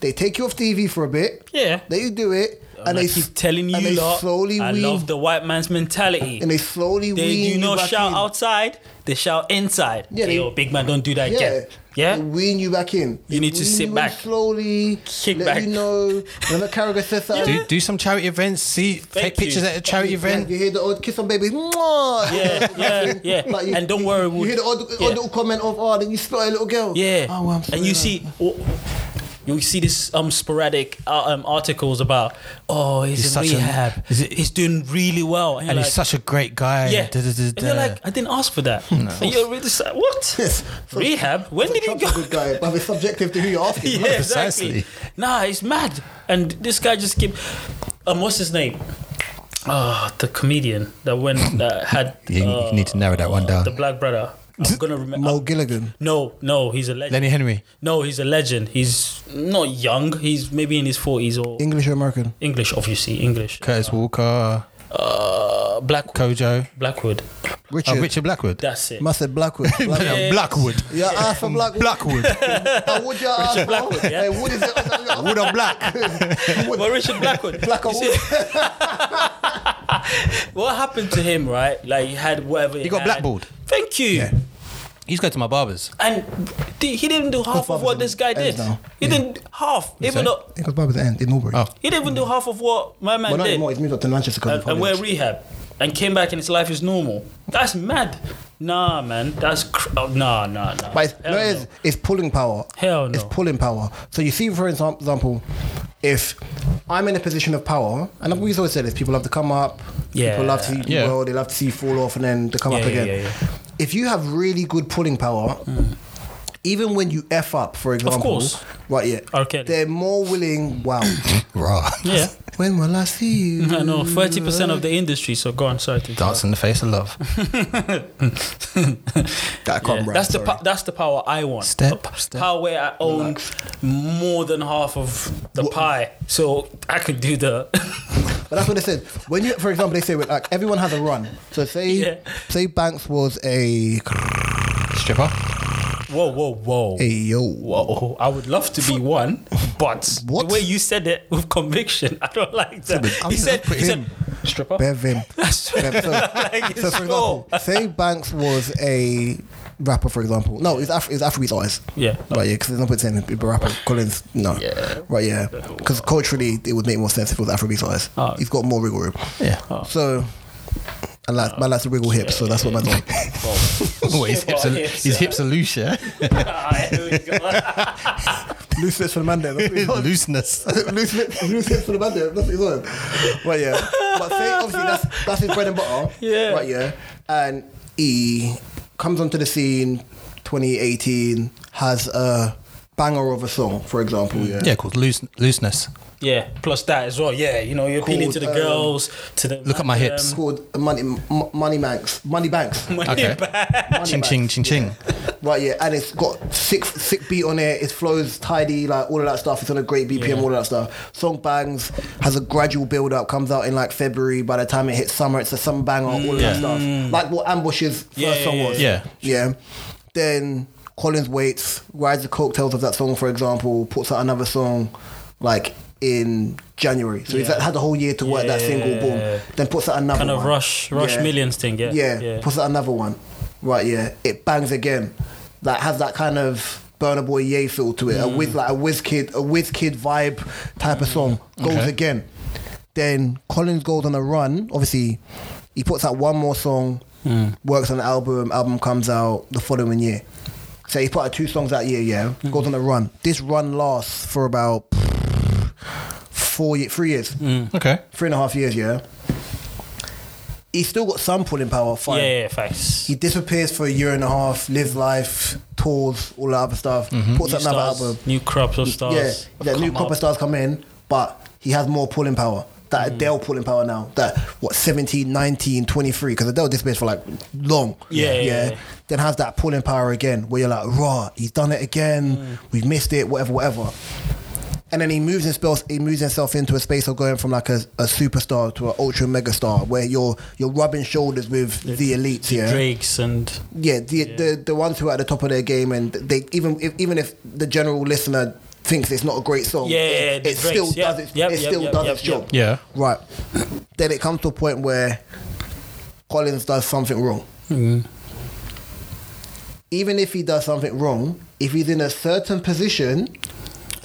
they take you off TV for a bit.
Yeah.
They do it,
and
and
I
they
keep
s-
telling you,
and they
lot,
slowly
I
weave,
love the white man's mentality.
and they slowly
they
weave
do
you
not
back
shout
in.
outside; they shout inside. Yeah,
Yeah, they-
Yo, big man, don't do that
Yeah.
again. Yeah,
They
Oh,
wean you back in.
You
They
need to
wean
sit
you in
back.
slowly.
Kick
let
back.
you know. Remember
[laughs]
Carragher says that.
Do do some charity events. See, take
you.
pictures at a charity event.
You hear the odd kiss on babies. Mwah! [laughs]
yeah, yeah, yeah.
Like you-
and don't worry,
You
we'll-
hear the odd, odd
yeah.
little comment of, oh, then you spit a little girl.
Yeah.
Oh, well, I'm
and
sorry, [laughs]
you
man.
see, oh, you see this um sporadic uh, um articles about oh he's,
He's
in
such a-
rehab,
is it-
he's doing really well, and,
And
you're
he's
like,
such a great guy.
yeah,
Da, da, da,
and you're
da.
like I didn't ask for
[laughs]
that. And you're really sa- what
Yes. So-
rehab? When did you
Trump's
go?
a good guy, but it's subjective to who you're
[laughs]
asking.
yeah,
Precisely.
exactly. Nah, it's mad. And this guy just kept. Um, what's his name? Uh, the comedian that went that
[laughs]
had.
You- you
uh,
need to narrow that one down.
The black brother.
[laughs]
I'm gonna remember.
Mo Gilligan.
No, no, he's a legend.
Lenny Henry.
No, he's a legend. He's not young. He's maybe in his forties or
English or American?
English, obviously English.
Curtis Walker,
Uh, Black
Kojo,
Blackwood.
Richard.
uh, Richard Blackwood.
That's it.
Must have [laughs] Blackwood. Blackwood.
Yeah, [laughs] Blackwood.
Your ass for Blackwood.
Blackwood.
[laughs]
Now, would your ass for?
Blackwood, yeah.
Hey, wood is it?
Wood or
[laughs]
black.
Wood.
But Richard Blackwood.
Black or
You
wood? [laughs]
What happened to him, right? Like he had whatever. He,
got
had.
blackballed.
Thank you.
He's going to my barber's.
And th- he didn't do half of
Father's
what
in
this guy
ends
did.
now.
He didn't half. Even
say?
though
Because Barbara's end in Norbury.
Oh.
he didn't even do half of what my man
Mm. Well, not
did.
anymore. He's moved up to Manchester. 'cause
and,
of
and we're
college.
rehab and came back and his life is normal. That's mad. Nah, man. That's cr- oh, nah, nah, nah.
But it's,
Hell
no, it is, it's pulling power.
Hell
It's
no.
pulling power. So you see, for exam- example, if I'm in a position of power, and we've always said this, people love to come up,
Yeah.
people love to see
Yeah.
well, they love to see you fall off, and then to come
Yeah,
up
yeah,
again.
yeah, yeah. Mm.
If you have really good pulling power, even when you f up, for example,
course.
right? Yeah,
R. Kelly.
they're more willing.
[coughs]
Wow,
Raw.
Yeah.
when will I see you?
I know. Thirty percent of the industry. So go on. Sorry. To
Dance in the face of love.
That
Yeah,
can't rap,
that's the
sorry.
pa- that's the power I want.
Step,
The p-
step,
power where I own more than half of the pie, so I could do the. [laughs]
But that's what they said. When you, for example, they say like everyone has a run. So say
Yeah.
say Banks was a
Stripper.
whoa, whoa, whoa.
a yo.
Whoa, I would love to be one, but
What?
the way you said it with conviction, I don't like that.
I'm
He
just
said, he said
him.
stripper.
Bevin.
That's [laughs]
Bev, so,
like, it's
so for
sure.
example, say Banks was a rapper, for example. No, it's Af- it's Afrobeat artist.
Yeah.
Right, yeah, because there's no point saying it'd be a rapper. Collins, no.
Yeah.
Right, yeah. Because culturally, it would make more sense if it was Afrobeat artist.
Oh.
He's got more wiggle room.
Yeah. [laughs]
So, and like, my last wiggle hips, so that's what man's on. [laughs]
Oh, his,
Stripper
hips are,
hips,
his
yeah.
hips are
[laughs]
loose, yeah?
[laughs] Ah, here we go. [laughs]
Loose lips for the man there. that's what he's
[laughs]
[laughs]
on.
Looseness.
loose lips, loose lips for the man there. That's what he's on. Right, yeah. But say, obviously, that's, that's his bread and butter.
Yeah.
Right, yeah. And he comes onto the scene 2018, has a banger of a song, for example. Yeah.
Yeah, called loose, looseness.
Yeah, plus that as well. Yeah, you know, you're appealing to the
Called, um,
girls, to the
Look at my hips.
It's called Money M- Money Banks. Money Banks.
money
Okay.
back.
Money
Ching
Banks.
ching ching ching.
[laughs] Right, yeah, and it's got sick sick beat on it. It flows tidy, like all of that stuff. It's on a great BPM,
Yeah.
all of that stuff. Song bangs, has a gradual build up, comes out in like February. By the time it hits summer, it's a summer banger, all of
Yeah.
that stuff. Like what Ambush's first
Mm. Yeah, yeah,
song
yeah,
was.
yeah.
Yeah. Then Collins waits, rides the cocktails of that song, for example, puts out another song like in January. So he's
Yeah.
had the whole year to work that single,
Yeah.
boom. Then puts out another
Kind
one
of rush, rush
Yeah.
millions thing. Yeah,
yeah,
yeah.
puts out another one. Right, yeah. It bangs again. That has that kind of Burner Boy Ye feel to it. A
Mm.
whiz like a whiz kid, a whiz kid vibe type of song. Goes
Okay.
again. Then Collins goes on a run. Obviously, he puts out one more song,
Mm.
works on an album, album comes out the following year. So he put out two songs that year, yeah.
Mm.
Goes on a run. This run lasts for about four, ye- three years
Mm.
Okay.
three and a half years, yeah. He's still got some pulling power, fine.
yeah, yeah, facts.
He disappears for a year and a half, lives life, tours, all that other stuff, puts
Mm-hmm. New
out another
stars,
album.
new crops of stars. have
Yeah, yeah new
come
copper
up. Mm.
stars come in, but he has more pulling power. That Adele pulling power now. That, what, 17, 19, 23, because Adele disappears for like long.
Yeah, yeah, yeah.
Then has that pulling power again, where you're like, raw, he's done it again,
Mm.
we've missed it, whatever, whatever. And then he moves himself, he moves himself into a space of going from like a, a superstar to an ultra mega star, where you're you're rubbing shoulders with the elites, yeah,
Drakes and
yeah, the, the the ones who are at the top of their game, and they even if, even if the general listener thinks it's not a great song,
Yeah,
it,
the
it still
Drakes, yeah.
does its,
Yep,
it
yep,
still
yep,
does
yep,
its job.
Yeah.
Right. Then it comes to a point where Collins does something wrong.
Mm-hmm.
Even if he does something wrong, if he's in a certain position,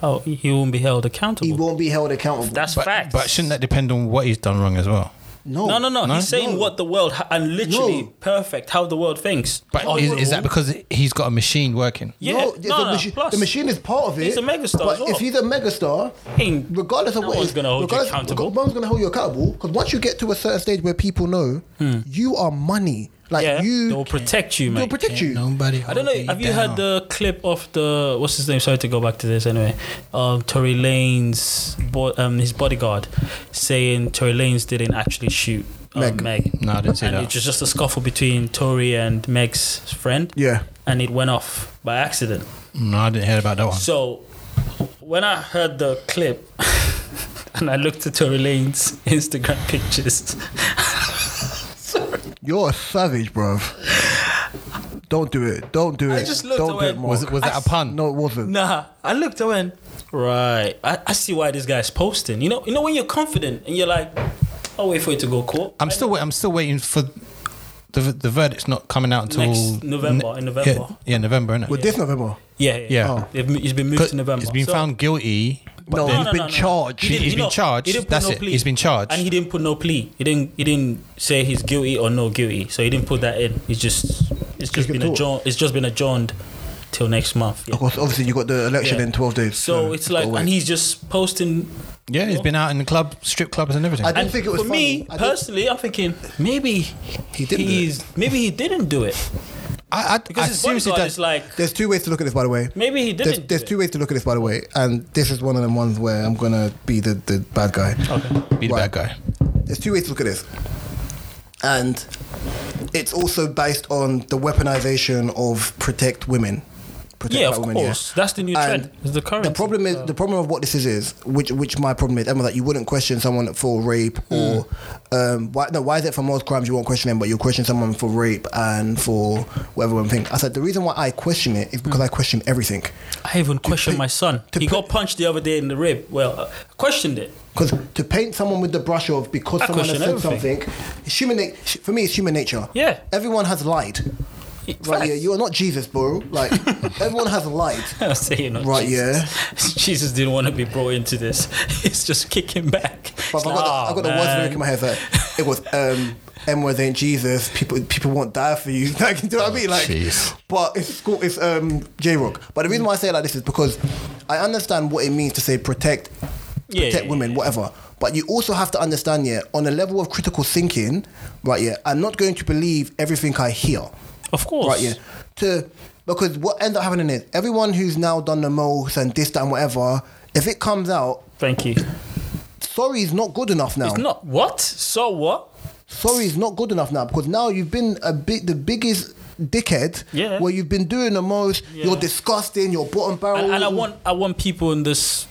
oh, he won't be held
he
accountable.
won't be held accountable.
That's
But,
facts.
but shouldn't that depend on what he's done wrong as well?
no,
no, no, no,
No?
He's saying
No.
what the world ha- and literally
No.
perfect how the world thinks.
But
Oh,
is,
well-
is that because he's got a machine working?
Yeah,
no,
no,
the,
no,
machi-
plus,
the machine is part of it.
He's a megastar
But
as well.
if he's a megastar,
Ain't-
regardless of
no
what
one's
is-
gonna hold you
regardless-
accountable.
No one's going to hold you accountable because once you get to a certain stage where people know you are money, like
Hmm. yeah,
you,
they'll protect you,
they'll
mate.
protect you.
Nobody.
I don't know. Have you heard the clip of the what's his name? Sorry to go back to this anyway. Um, Tory Lane's bo- um his bodyguard saying Tory Lane's didn't actually shoot um,
Meg.
Meg.
No, I didn't see
and
that.
it was just a scuffle between Tory and Meg's friend.
Yeah.
and it went off by accident.
No, I didn't hear about that one.
So when I heard the clip [laughs] and I looked at Tory Lane's Instagram pictures, [laughs]
You're a savage, bruv. Don't do it. Don't do it.
just looked
Don't
away.
do it, Mark.
was it was that a pun?
No, it wasn't.
nah, I looked. I went right. I, I see why this guy's posting. You know, you know when you're confident and you're like, I'll wait for it to go court.
I'm still wait- I'm still waiting for the the verdict's not coming out until
Next November, in November.
Yeah, yeah, November, isn't it?
With this November.
Yeah, yeah.
Yeah.
They've mo- He's been moved to November.
He's been
So-
found guilty. But
No,
Oh,
then,
he's been charged.
He
He-
didn't-
he's
you
been
know,
charged.
he didn't put
That's
no
it.
plea.
He's been charged.
and he didn't put no plea. He didn't. He didn't say he's guilty or no guilty. So he didn't put that in. He's just. It's just
can
been
talk.
adjourned. It's just been adjourned till next month. Yeah.
Of course, obviously, you got the election
Yeah.
in 12 days.
So
yeah,
it's
gotta
like,
wait.
and he's just posting.
yeah, he's been out in the club, strip clubs, and everything.
I didn't
And
think it was
for me
funny. I didn't-
personally, I'm thinking maybe he
didn't do
he's, maybe he didn't do it
I, I,
because
I
his
seriously
bodyguard
don't.
is like
There's two ways to look at this, by the way.
maybe he didn't.
There's, there's
do
two ways to look at this, by the way, and this is one of them ones where I'm gonna be the, the bad guy.
Oh,
be the bad
Right.
guy.
There's two ways to look at this, and it's also based on the weaponization of protect women. Protect
It. Yeah,
black
of
women,
course. That's the new
And
trend. It's the current. uh,
The problem is the problem of what this is is which which my problem is Emma that you wouldn't question someone for rape or
Hmm.
um why no why is it for most crimes you won't question them but you'll question someone for rape and for whatever one thing. I said the reason why I question it is
Hmm.
because I question everything.
I even questioned
put-
my son.
to
He
put-
got punched the other day in the rib. Well, I questioned it.
Because to paint someone with the brush of because
I
someone has said
question everything.
something, it's human na- for me it's human nature.
Yeah.
everyone has lied.
[laughs]
Right, yeah, you are not Jesus, bro. Like everyone has lied.
I was saying, oh,
Right,
Jesus. [laughs] Jesus didn't want to be brought into this. [laughs] He's just kicking back. It's
But I've
like,
got, the, I've got
"Oh,
the worst
man."
lyric in my head. Like, it was um, M words ain't Jesus. People people won't die for you. [laughs] Like, do you know
Oh,
what I mean? Like,
jeez.
but it's cool. It's um, J Rock. But the reason why I say it like this is because I understand what it means to say protect,
Yeah,
protect
Oh, yeah,
women, whatever. But you also have to understand, yeah, on a level of critical thinking, right? Yeah, I'm not going to believe everything I hear.
Of course.
Right, yeah. to because what ends up happening is everyone who's now done the most and this that and whatever, if it comes out,
Thank you.
sorry is not good enough now.
It's not what? So what?
sorry is not good enough now because now you've been a bit the biggest dickhead
Yeah.
where you've been doing the most you're
Yeah.
disgusting you're bottom barrel
And, and I want I want people in this.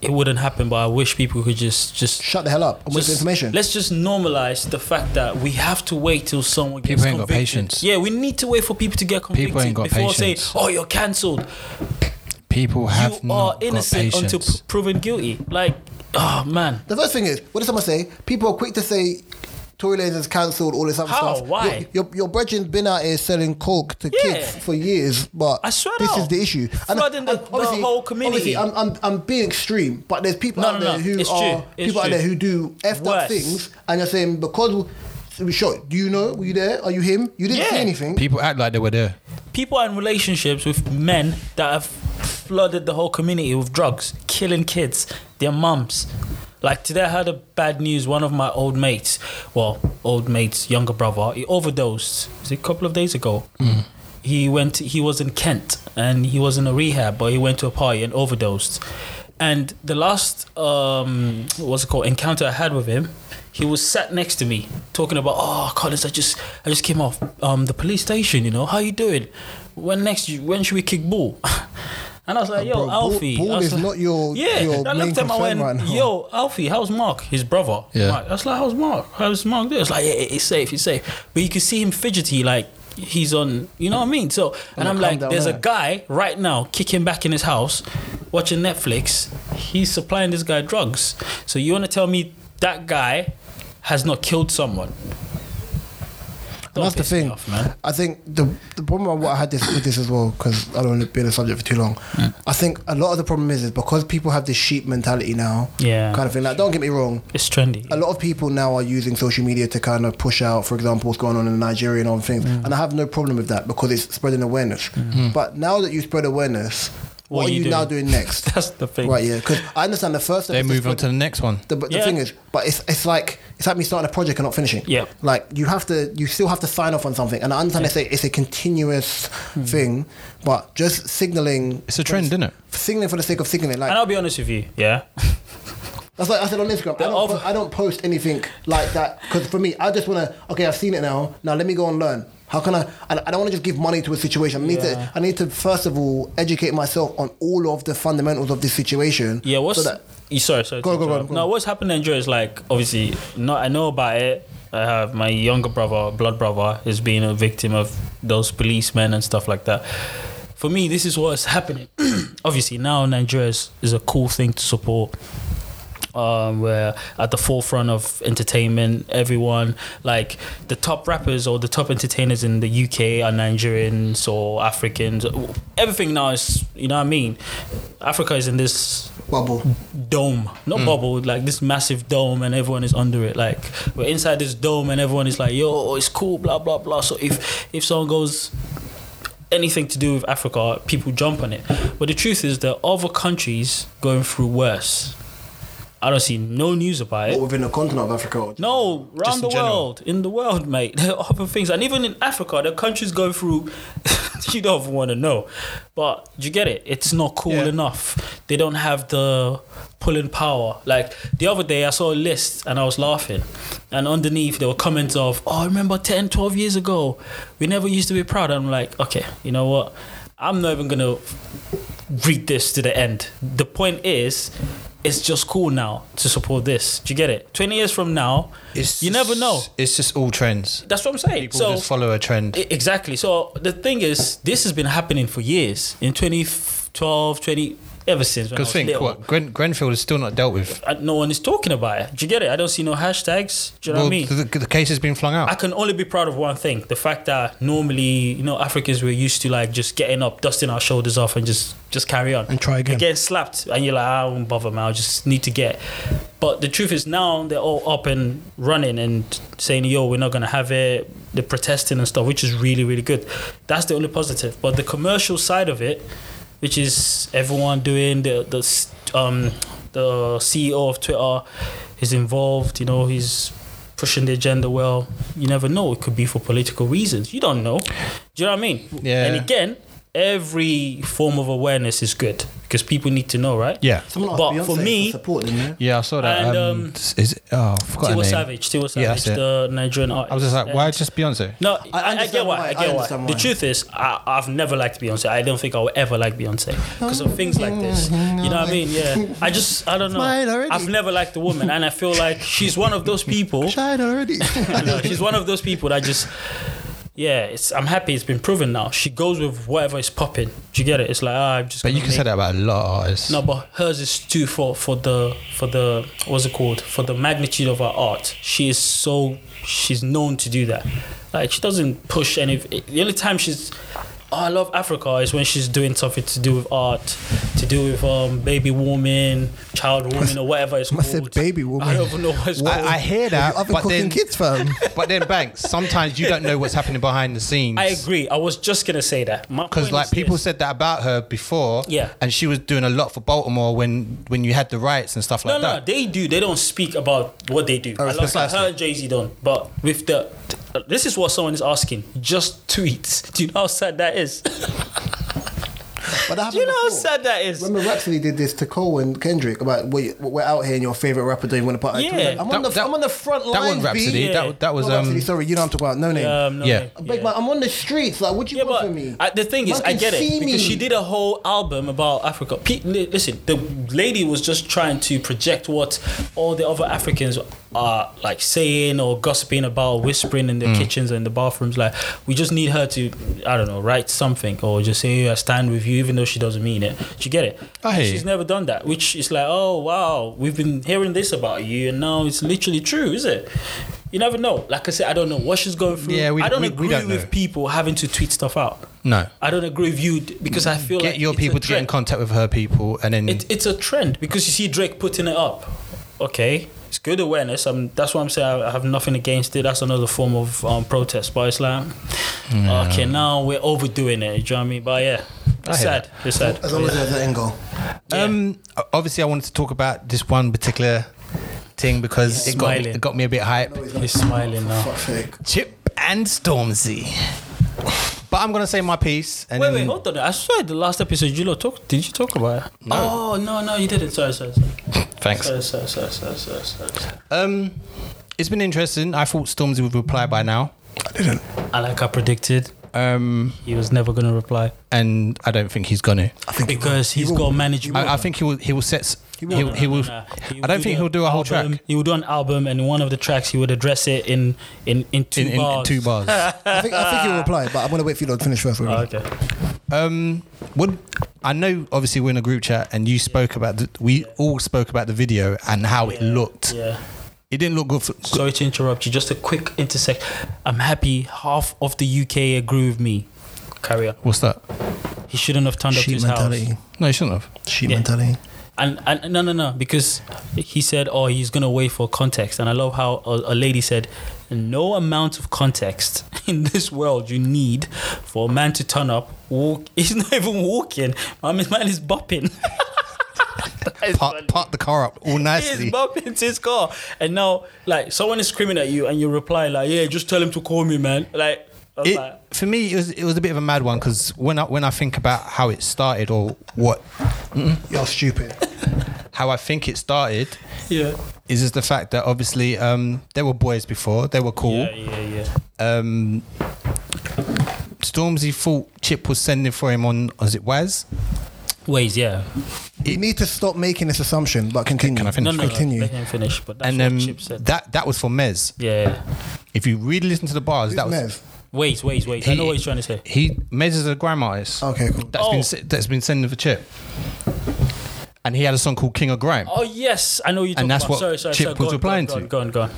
It wouldn't happen, but I wish people could just just
shut the hell up and wait for
just-
information
Let's just normalize the fact that we have to wait till someone gets
People ain't got
convicted.
patience.
Yeah, we need to wait for people to get convicted
ain't got
before
patience.
say, "Oh, you're cancelled."
People have
You are
not
innocent
got
until
patience.
p- proven guilty. Like, oh man,
the first thing is what does someone say people are quick to say Tory Lanez is cancelled all this other
How?
stuff
Why?
your, your, your brethren's been out here selling coke to
Yeah.
kids for years but
I swear
this
down.
is the issue
Flooding the- the
obviously-
whole community.
obviously I'm, I'm, I'm being extreme but there's people
No,
out
no,
there
no.
who
It's
are
true. It's
people out
true.
there who do effed up
Worse.
things and you're saying because we shot do you know were you there are you him you didn't
Yeah.
see anything
People act like they were there.
people are in relationships with men that have flooded the whole community with drugs, killing kids, their mums. Like today, I heard a bad news. One of my old mates, well, old mates, younger brother, he overdosed. Was it a couple of days ago? He went. he was in Kent and he was in a rehab, but he went to a party and overdosed. And the last, um, what's it called, encounter I had with him, he was sat next to me talking about, oh, Collins, I just, I just came off um, the police station. You know, how you doing? When next? you- When should we kick ball? [laughs] And I was like, yo,
Uh, Bro, ball-
Alfie.
ball
I was
is
like-
not your-
yeah.
your
I
main
looked at him. I
concern
went,
right now.
yo, Alfie, how's Mark? His brother.
Yeah.
Mark. I was like, how's Mark? How's Mark doing? It's like, yeah, yeah, he's safe, he's safe. But you could see him fidgety, like he's on. You know what I mean? So, and
the
I'm
calm
like,
down
there's
there.
a guy right now kicking back in his house, watching Netflix. He's supplying this guy drugs. So you want to tell me that guy has not killed someone? Don't
that's the
piss me
thing.
off, man.
I think the the problem of what I had this with this as well because I don't want to be on the subject for too long. I think a lot of the problem is is because people have this sheep mentality now.
Yeah.
kind of thing. Like, don't get me wrong.
It's trendy.
A lot of people now are using social media to kind of push out, for example, what's going on in Nigeria and all things.
Mm.
And I have no problem with that because it's spreading awareness.
Mm.
But now that you spread awareness, what, are you, now doing
[laughs]
next?
That's the thing.
right, yeah. Because I understand the first.
They
episode-
move on to the next one.
the, but the
Yeah.
thing is, but it's it's like it's like me starting a project and not finishing.
Yeah.
Like you have to, you still have to sign off on something. And I understand they say it's a continuous
Hmm.
thing, but just signaling.
It's a trend, isn't it?
Signaling for the sake of signaling, like
And I'll be honest with you, yeah.
that's like I said on Instagram. I
The
don't,
other-
po- I don't post anything like that because for me, I just want to. Okay, I've seen it now. Now let me go and learn. How can I? I I don't want to just give money to a situation. I need
Yeah.
to. I need to first of all educate myself on all of the fundamentals of this situation.
Yeah, what's
so that
you sorry, sorry.
Go
to
on, go on,
interrupt.
go on.
No, what's happened in Nigeria is like obviously not I know about it. I have my younger brother, blood brother, is being a victim of those policemen and stuff like that. For me, this is what's happening. [clears throat] obviously now Nigeria is, is a cool thing to support um, we're at the forefront of entertainment. Everyone, like the top rappers or the top entertainers in the UK are Nigerians or Africans. Everything now is, you know what I mean? Africa is in this
bubble.
dome, not bubble, like this massive dome, and everyone is under it. Like we're inside this dome, and everyone is like, "Yo, it's cool," blah blah blah. So if if someone goes anything to do with Africa, people jump on it. But the truth is, there are other countries going through worse. I don't see no news about
Or
it.
within the continent of Africa. or-
No, around
in
the
general.
world, in the world, mate. [laughs] There are other things, and even in Africa, the countries go through. [laughs] you don't want to know, but you get it. It's not cool
Yeah.
enough. They don't have the pulling power. Like the other day, I saw a list and I was laughing, and underneath there were comments of, "Oh, I remember 10, 12 years ago, we never used to be proud." I'm like, okay, you know what? I'm not even gonna read this to the end. The point is, it's just cool now to support this. Do you get it? 20 years from now, you never know.
It's just all trends.
That's what I'm saying.
People
so
just follow a trend.
I- exactly. So the thing is, this has been happening for years in 2012, 20 ever since. when I
Because
was
think
little.
what Gren- Grenfell is still not dealt with.
And No one is talking about it. Do you get it? I don't see no hashtags. Do you know
Well,
what I mean?
the, the case has been flung out.
I can only be proud of one thing: the fact that normally, you know, Africans we're used to like just getting up, dusting our shoulders off, and just just carry on
And try again.
You're getting slapped, and you're like, I won't bother, man. I just need to get. But the truth is, now they're all up and running and saying, "Yo, we're not gonna have it." They're protesting and stuff, which is really, really good. That's the only positive. But the commercial side of it, which is everyone doing the the E s- um the CEO of Twitter is involved. You know, he's pushing the agenda. Well, you never know. It could be for political reasons. You don't know. Do you know what I mean?
Yeah.
And again, every form of awareness is good because people need to know, right?
Yeah.
Someone
But
asked Beyonce
for me-
supporting yeah?
Yeah, I saw that.
And,
um,
um,
is oh, I forgot her
Tiwa
name.
Savage, Tiwa
Yeah,
Savage,
that's it.
the Nigerian artist.
I was just like,
And-
why just Beyonce?
No, I,
I
I get
understand
why.
why,
I
I
get why.
understand
The
why.
truth is, I, I've never liked Beyonce. I don't think I'll ever like Beyonce because of things like this. You know what I mean? Yeah. I just, I don't know.
Smile already.
I've never liked the woman, and I feel like she's one of those people.
Shine already.
I know, she's one of those people that just, yeah. It's. I'm happy it's been proven now. She goes with whatever is popping. Do you get it? It's like ah, I'm just.
[laughs] But you
gonna
can say
make-
that about a lot of artists.
No, but hers is too for for the for the what's it called for the magnitude of her art. She is so she's known to do that. Like she doesn't push any. The only time she's oh, I love Africa is when she's doing something to do with art, to do with um baby woman, child woman, or whatever it's
Must
called.
said baby woman.
I don't even know what it's called.
I, I hear that,
I've been
but
cooking
then,
kids,
[laughs]
fam.
but then, Banks. Sometimes you don't know what's happening behind the scenes.
I agree. I was just gonna say that. My
because
point
like
is
people
this.
said that about her before,
Yeah.
and she was doing a lot for Baltimore when when you had the riots and stuff
No,
like
no,
that. Oh,
they do. They don't speak about what they do. I love that.
precisely.
Her and Jay Z don't. But with the, this is what someone is asking. Just tweets. [laughs] Do you know how sad that is? [laughs]
But that
do you
happened
know how
before.
sad that is?
Remember Rhapsody did this to Cole and Kendrick about we're, we're out here and your favorite rapper don't want to part.
Yeah.
I'm, on the,
That- that-
I'm on the front line.
that one Rhapsody.
B.
Yeah.
That, that was
Not Rhapsody,
um.
sorry, you know I'm talking about. No name.
Um, no,
Yeah.
no,
I beg my- I'm on the streets. Like, what do you
Yeah,
want
but
from me?
I, the thing is,
Man
I
can
get
see
it because
me.
she did a whole album about Africa. Pe- li- listen, the lady was just trying to project what all the other Africans are like saying or gossiping about, whispering in the
Mm.
kitchens and the bathrooms. Like, we just need her to, I don't know, write something or just say I stand with you, even though she doesn't mean it. Do you get it?
I hear
She's
you.
never done that, which is like, oh wow, we've been hearing this about you, and now it's literally true, is it? You never know. Like I said, I don't know what she's going through.
Yeah, we-
I don't
we- we
agree
don't
with
know.
people having to tweet stuff out.
No.
I don't agree with you d- because I feel
Get
like
your
it's a
people to get in
trend.
contact with her people, and then
It, it's a trend because you see Drake putting it up. Okay, it's good awareness. Um, that's why I'm saying I I have nothing against it. That's another form of um, protest, but it's like, okay, now we're overdoing it. Do you know what I mean? But yeah, it's
hear
sad. It's sad.
As long as
Yeah.
there's an end goal.
Yeah.
Um, obviously, I wanted to talk about this one particular thing because
He's
it got,
smiling.
it got me a bit hype.
he's smiling now.
Fuck's sake.
Chip and Stormzy. But I'm gonna say my piece. And
Wait, wait,
then-
hold on. I swear the last episode you lot talk. Did you talk about it? No. Oh no, no, you didn't. Sorry, sorry, sorry,
Thanks.
sorry, sorry, sorry, sorry, sorry, sorry. sorry.
Um, it's been interesting. I thought Stormzy would reply by now.
And like I predicted,
Um,
he was never gonna reply
and I don't think he's gonna.
I think
because he's got management.
I, I think he will. He will set. s- He will. He will
Nah, he
I don't
would
think
the
he'll do a whole
album-
track
He will do an album, and in one of the tracks, he would address it in in in two
in, in, in
bars.
two
[laughs]
bars.
I think, I think he'll reply, but I'm gonna wait for you lot to finish first.
Oh,
already.
okay.
um, would I know? Obviously, we're in a group chat, and you spoke about. The, we all spoke about the video and how it looked.
Yeah.
It didn't look good. For,
Sorry to interrupt you. Just a quick intersect. I'm happy half of the UK agree with me. Carry on.
what's that?
He shouldn't have turned up to
Sheep
his house.
mentality.
No, you shouldn't have.
Sheep
Yeah.
mentality.
And, and no, no, no, because he said, oh, he's going to wait for context. And I love how a, a lady said, no amount of context [laughs] in this world you need for a man to turn up. Walk. [laughs] He's not even walking. I mean, man is bopping. [laughs]
Park, park the car up all
He's
nicely.
bopping to his car. And now, like, someone is screaming at you and you reply, like, yeah, just tell him to call me, man. Like, I was like,
It, for me, it was it was a bit of a mad one because when I when I think about how it started or what
[laughs]
You're stupid.
how I think it started
yeah.
is just the fact that obviously um, there were boys before they were cool.
Yeah, yeah, yeah.
um, Stormzy thought Chip was sending for him on, was it Waz?
Ways, yeah.
You need to stop making this assumption, but continue.
Can I
No,
finish?
no, no.
Continue.
Let him finish. But that's
and
what
um,
Chip said.
that that was for Mez.
yeah.
If you really listen to the bars,
Who's
that was
Mez?
Ways, ways, ways. I know what he's trying to say.
He Mez is a grime artist.
Okay, cool.
That's
Oh.
been se- that's been sending for Chip, and he had a song called King of Grime.
Oh yes, I know you.
And
talking
that's
about.
what
sorry, sorry,
Chip
sorry.
was
go on,
replying
go on,
to.
Go on, go on.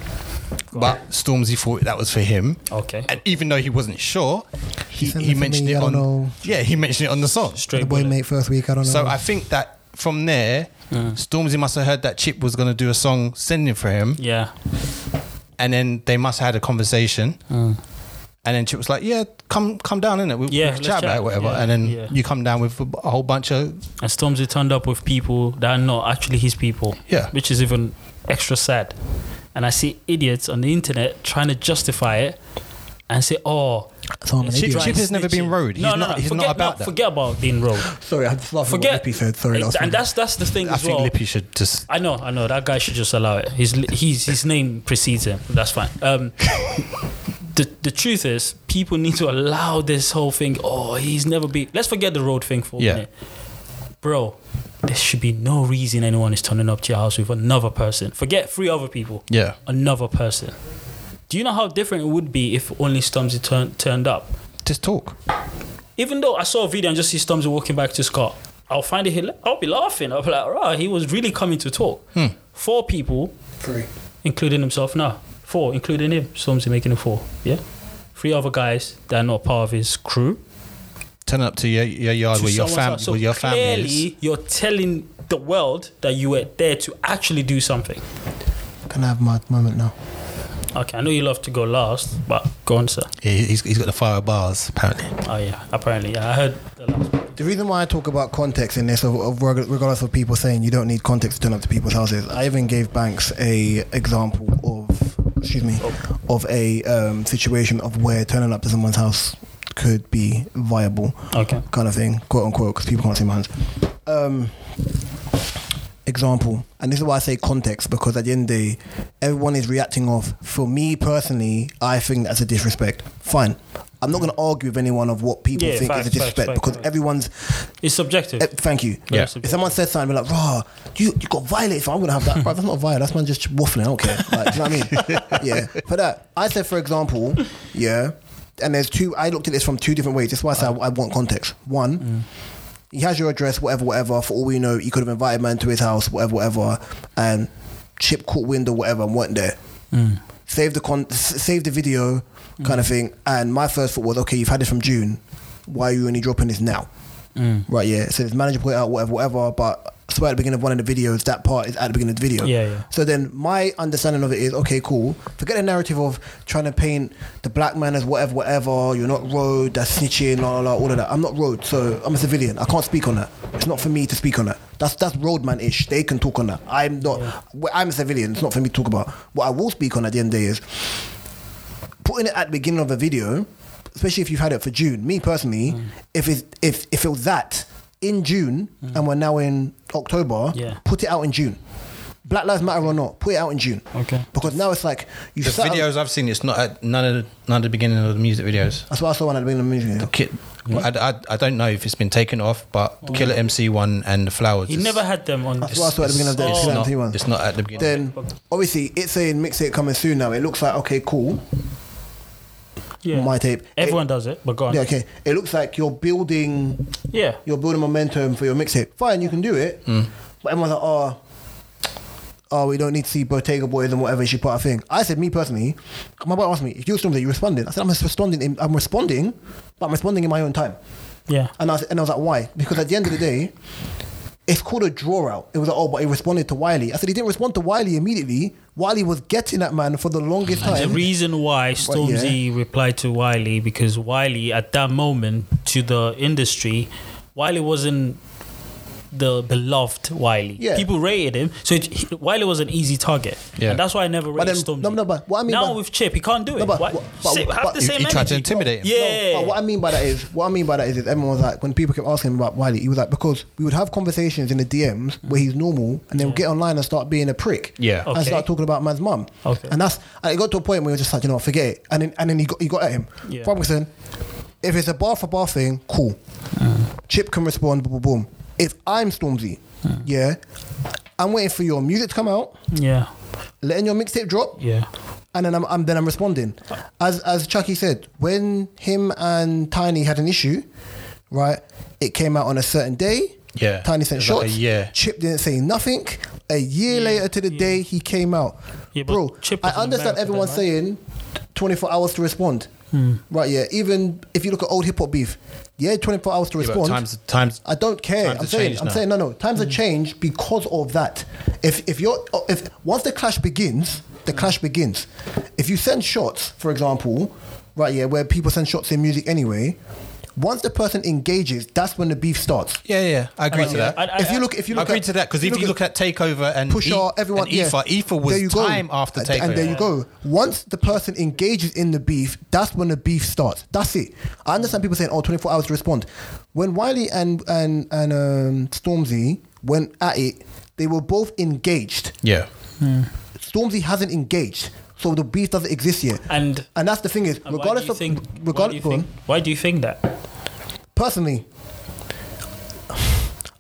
But Stormzy thought that was for him.
Okay.
And even though he wasn't sure, he,
sent
he
it for
mentioned
me,
it
I
on.
don't know.
Yeah, he mentioned it on the song.
Straight
The boy
bullet.
mate first week. I don't know.
Mm.
So I think that from there, Stormzy must have heard that Chip was going to do a song sending for him,
Yeah.
and then they must have had a conversation. And then Chip was like, "Yeah, come come down in it. We, we
Yeah,
can
let's
chat about
chat.
it, whatever."
Yeah,
and then
yeah.
you come down with a b- a whole bunch of
And Stormzy turned up with people that are not actually his people.
Yeah.
Which is even extra sad. and I see idiots on the internet trying to justify it and say, "Oh,
So I'm an
it's
idiot.
trying
Chip has
snitching.
never been road.
No,
He's
no,
not-
no.
he's not
forget,
about
no,
that.
Forget about being road.
Sorry, I just laughing
Forget.
at what Lippy said. Sorry, last
and
week.
that's that's the thing
I
as
think
well.
Lippy should just.
I know, I know. That guy should just allow it. His he's, his name precedes him. That's fine. Um, [laughs] the the truth is, people need to allow this whole thing. Oh, he's never been. Let's forget the road thing for a
Yeah.
minute, bro. There should be no reason anyone is turning up to your house with another person. Forget three other people.
Yeah.
Another person. Do you know how different it would be if only Stumsy turned turned up?
Just talk.
even though I saw a video and just see Stormzy walking back to Scott, I'll find it. hila- I'll be laughing. I'll be like, "Right, he was really coming to talk."
Hmm.
Four people,
Three.
including himself. No, four, including him. Stormzy making it four. Yeah, three other guys that are not part of his crew.
Turn up to your, your yard
To
with your,
someone's
fam-
house. So
with your family.
clearly,
is.
you're telling the world that you were there to actually do something.
Can I have my moment now?
Okay, I know you love to go last, but go on, sir.
Yeah, he's, he's got the fire bars, apparently.
[laughs] Oh yeah, apparently, yeah, I heard. The last.
The reason why I talk about context in this, of, of reg- regardless of people saying you don't need context to turn up to people's houses, I even gave Banks a example of, excuse me, of a um, situation of where turning up to someone's house could be viable,
Okay.
kind of thing, quote unquote, because people can't see my hands. Um, example, and this is why I say context because at the end of the day, everyone is reacting off. For me personally, I think that's a disrespect. Fine. I'm not going to argue with anyone of what people
Yeah,
think
facts,
is
facts,
a disrespect
facts,
because
facts.
everyone's
It's subjective.
Eh, thank you.
Very
Yeah.
If
subjective.
someone says something, be like, "Raw, you you got violated." So I'm gonna have that. Bro, that's not violent. That's man just waffling. I don't care. Like, do you know what I mean? Yeah. For that, I said, for example, yeah. And there's two. I looked at this from two different ways. That's why I said I, I want context. One, he has your address, whatever, whatever. For all we know, he could have invited man to his house, whatever, whatever, and chip caught wind or whatever and weren't there. Save the con, s- save the video, kind of
Mm.
thing. And my first thought was, okay, you've had this from June. Why are you only dropping this now?
Mm.
Right, yeah. So his manager put it out, whatever, whatever. But I swear at the beginning of one of the videos, that part is at the beginning of the video.
Yeah, yeah.
So then my understanding of it is okay, cool. Forget the narrative of trying to paint the black man as whatever, whatever. You're not road. That's snitching, la la la, all of that. I'm not road, so I'm a civilian. I can't speak on that. It's not for me to speak on that. That's that's roadman ish. They can talk on that. I'm not. well, I'm a civilian. It's not for me to talk about. What I will speak on at the end of the day is putting it at the beginning of a video, especially if you've had it for June. Me personally,
Mm.
if it's if if it was that in June and we're now in October,
Mm. Yeah.
put it out in June. Black Lives Matter or not, put it out in June.
Okay.
Because now it's like you
The
sat on-
videos I've seen, it's not at none of the, none of the beginning of the music videos.
That's what I saw one at the beginning of the video.
Kid, I, I, I don't know if it's been taken off, but Killer MC one and the flowers.
He
it's-
never had them on.
That's what I saw at the beginning of the
Oh.
it's not,
2017 one.
it's not at the beginning.
Then obviously it's saying mixtape coming soon now. It looks like okay, cool.
Yeah.
My tape.
Everyone
It,
does it, but go on.
yeah,
Yeah.
okay. It looks like you're building
Yeah.
you're building momentum for your mixtape. Fine, you can do it. But everyone's like, oh, oh, we don't need to see Bottega Boys and whatever. She put a thing. I said, me personally, my boy asked me, if you're something, you responded. I said, I'm responding. In, I'm responding, but I'm responding in my own time.
Yeah.
And I was, and I was like, why? Because at the end of the day, it's called a draw out. It was like, oh, but he responded to Wiley. I said he didn't respond to Wiley immediately. Wiley was getting that man for the longest
The
time.
reason why Stormzy replied to Wiley because Wiley at that moment to the industry, Wiley wasn't the beloved Wiley.
Yeah.
People rated him, so it, he, Wiley was an easy target.
Yeah.
And that's why I never rated
then-
Stormzy.
no, no, but what I mean
now
by-
with Chip, he can't do it.
No, but-
Why-
but- but-
say- have
but-
the
He-
same
he tried
energy.
to intimidate him.
Yeah.
But what I mean by that is, what I mean by that is, is everyone was like, when people kept asking him about Wiley, he was like, because we would have conversations in the DMs
Mm.
where he's normal, and then we'll get online and start being a prick.
Yeah.
And
Okay.
start talking about man's mum.
Okay.
And that's, and it got to a point where he was just like, you know, what, forget it. And then, and then he got, he got at him.
Yeah.
Robinson, if it's a bar for bar thing, cool. Chip can respond, boom, boom, boom. If I'm Stormzy, yeah, I'm waiting for your music to come out,
yeah.
letting your mixtape drop,
Yeah.
and then I'm, I'm then I'm responding. As as Chucky said, when him and Tiny had an issue, right? It came out on a certain day.
Yeah.
Tiny sent
It was
shots.
like a year.
Chip didn't say nothing. A year later to the day he came out.
Yeah, but
Bro,
Chip
I
was in
understand
America
everyone
then, right?
saying 24 hours to respond.
Hmm.
Right, yeah. Even if you look at old hip hop beef, yeah, 24 hours to
Yeah, but
respond.
times times
I don't care.
Times
I'm
have
saying,
changed
I'm
now.
saying, no, no. Times have changed because of that. If if you're, if once the clash begins, the clash begins. If you send shots, for example, right? Yeah, where people send shots in music anyway. Once the person engages, that's when the beef starts.
Yeah, yeah, I agree to that.
I- I-
if you look, if you
I
look,
agree
at,
to that because if you look at Takeover and
Pusher,
E-
everyone,
and
yeah,
Aoife, Aoife was
there you go.
time after
And-
Takeover.
and there you go. Once the person engages in the beef, that's when the beef starts. That's it. I understand people saying, "Oh, 24 hours to respond." When Wiley and and and um, Stormzy went at it, they were both engaged.
Yeah,
Stormzy hasn't engaged, so the beef doesn't exist yet.
And-
and that's the thing is,
And why do
regardless
you
of
think- why do you
regardless, go on.
think, why do you think that?
personally,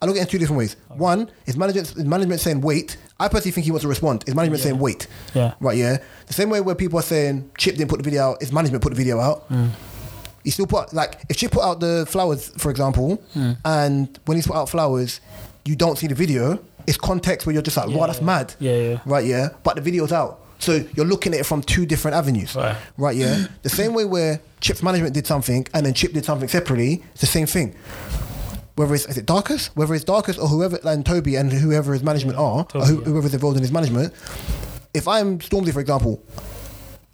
I look at it in two different ways. One is management, is management saying wait. I personally think he wants to respond. Is management saying wait?
Yeah.
Right. Yeah. The same way where people are saying Chip didn't put the video out. Is management put the video out?
Hmm.
He still put like if Chip put out the flowers, for example,
Hmm.
and when he's put out flowers, you don't see the video. It's context where you're just like,
Yeah,
wow, that's
yeah.
mad.
Yeah, yeah.
Right. Yeah. But the video's out. So you're looking at it from two different avenues
Right.
[clears throat]
right? Yeah. the same way where Chip's management did something and then Chip did something separately, it's the same thing. Whether it's is it Darkus, whether it's Darkus or whoever and Toby and whoever his management are, or who,
Toby, yeah.
whoever's involved in his management. If I'm Stormzy, for example,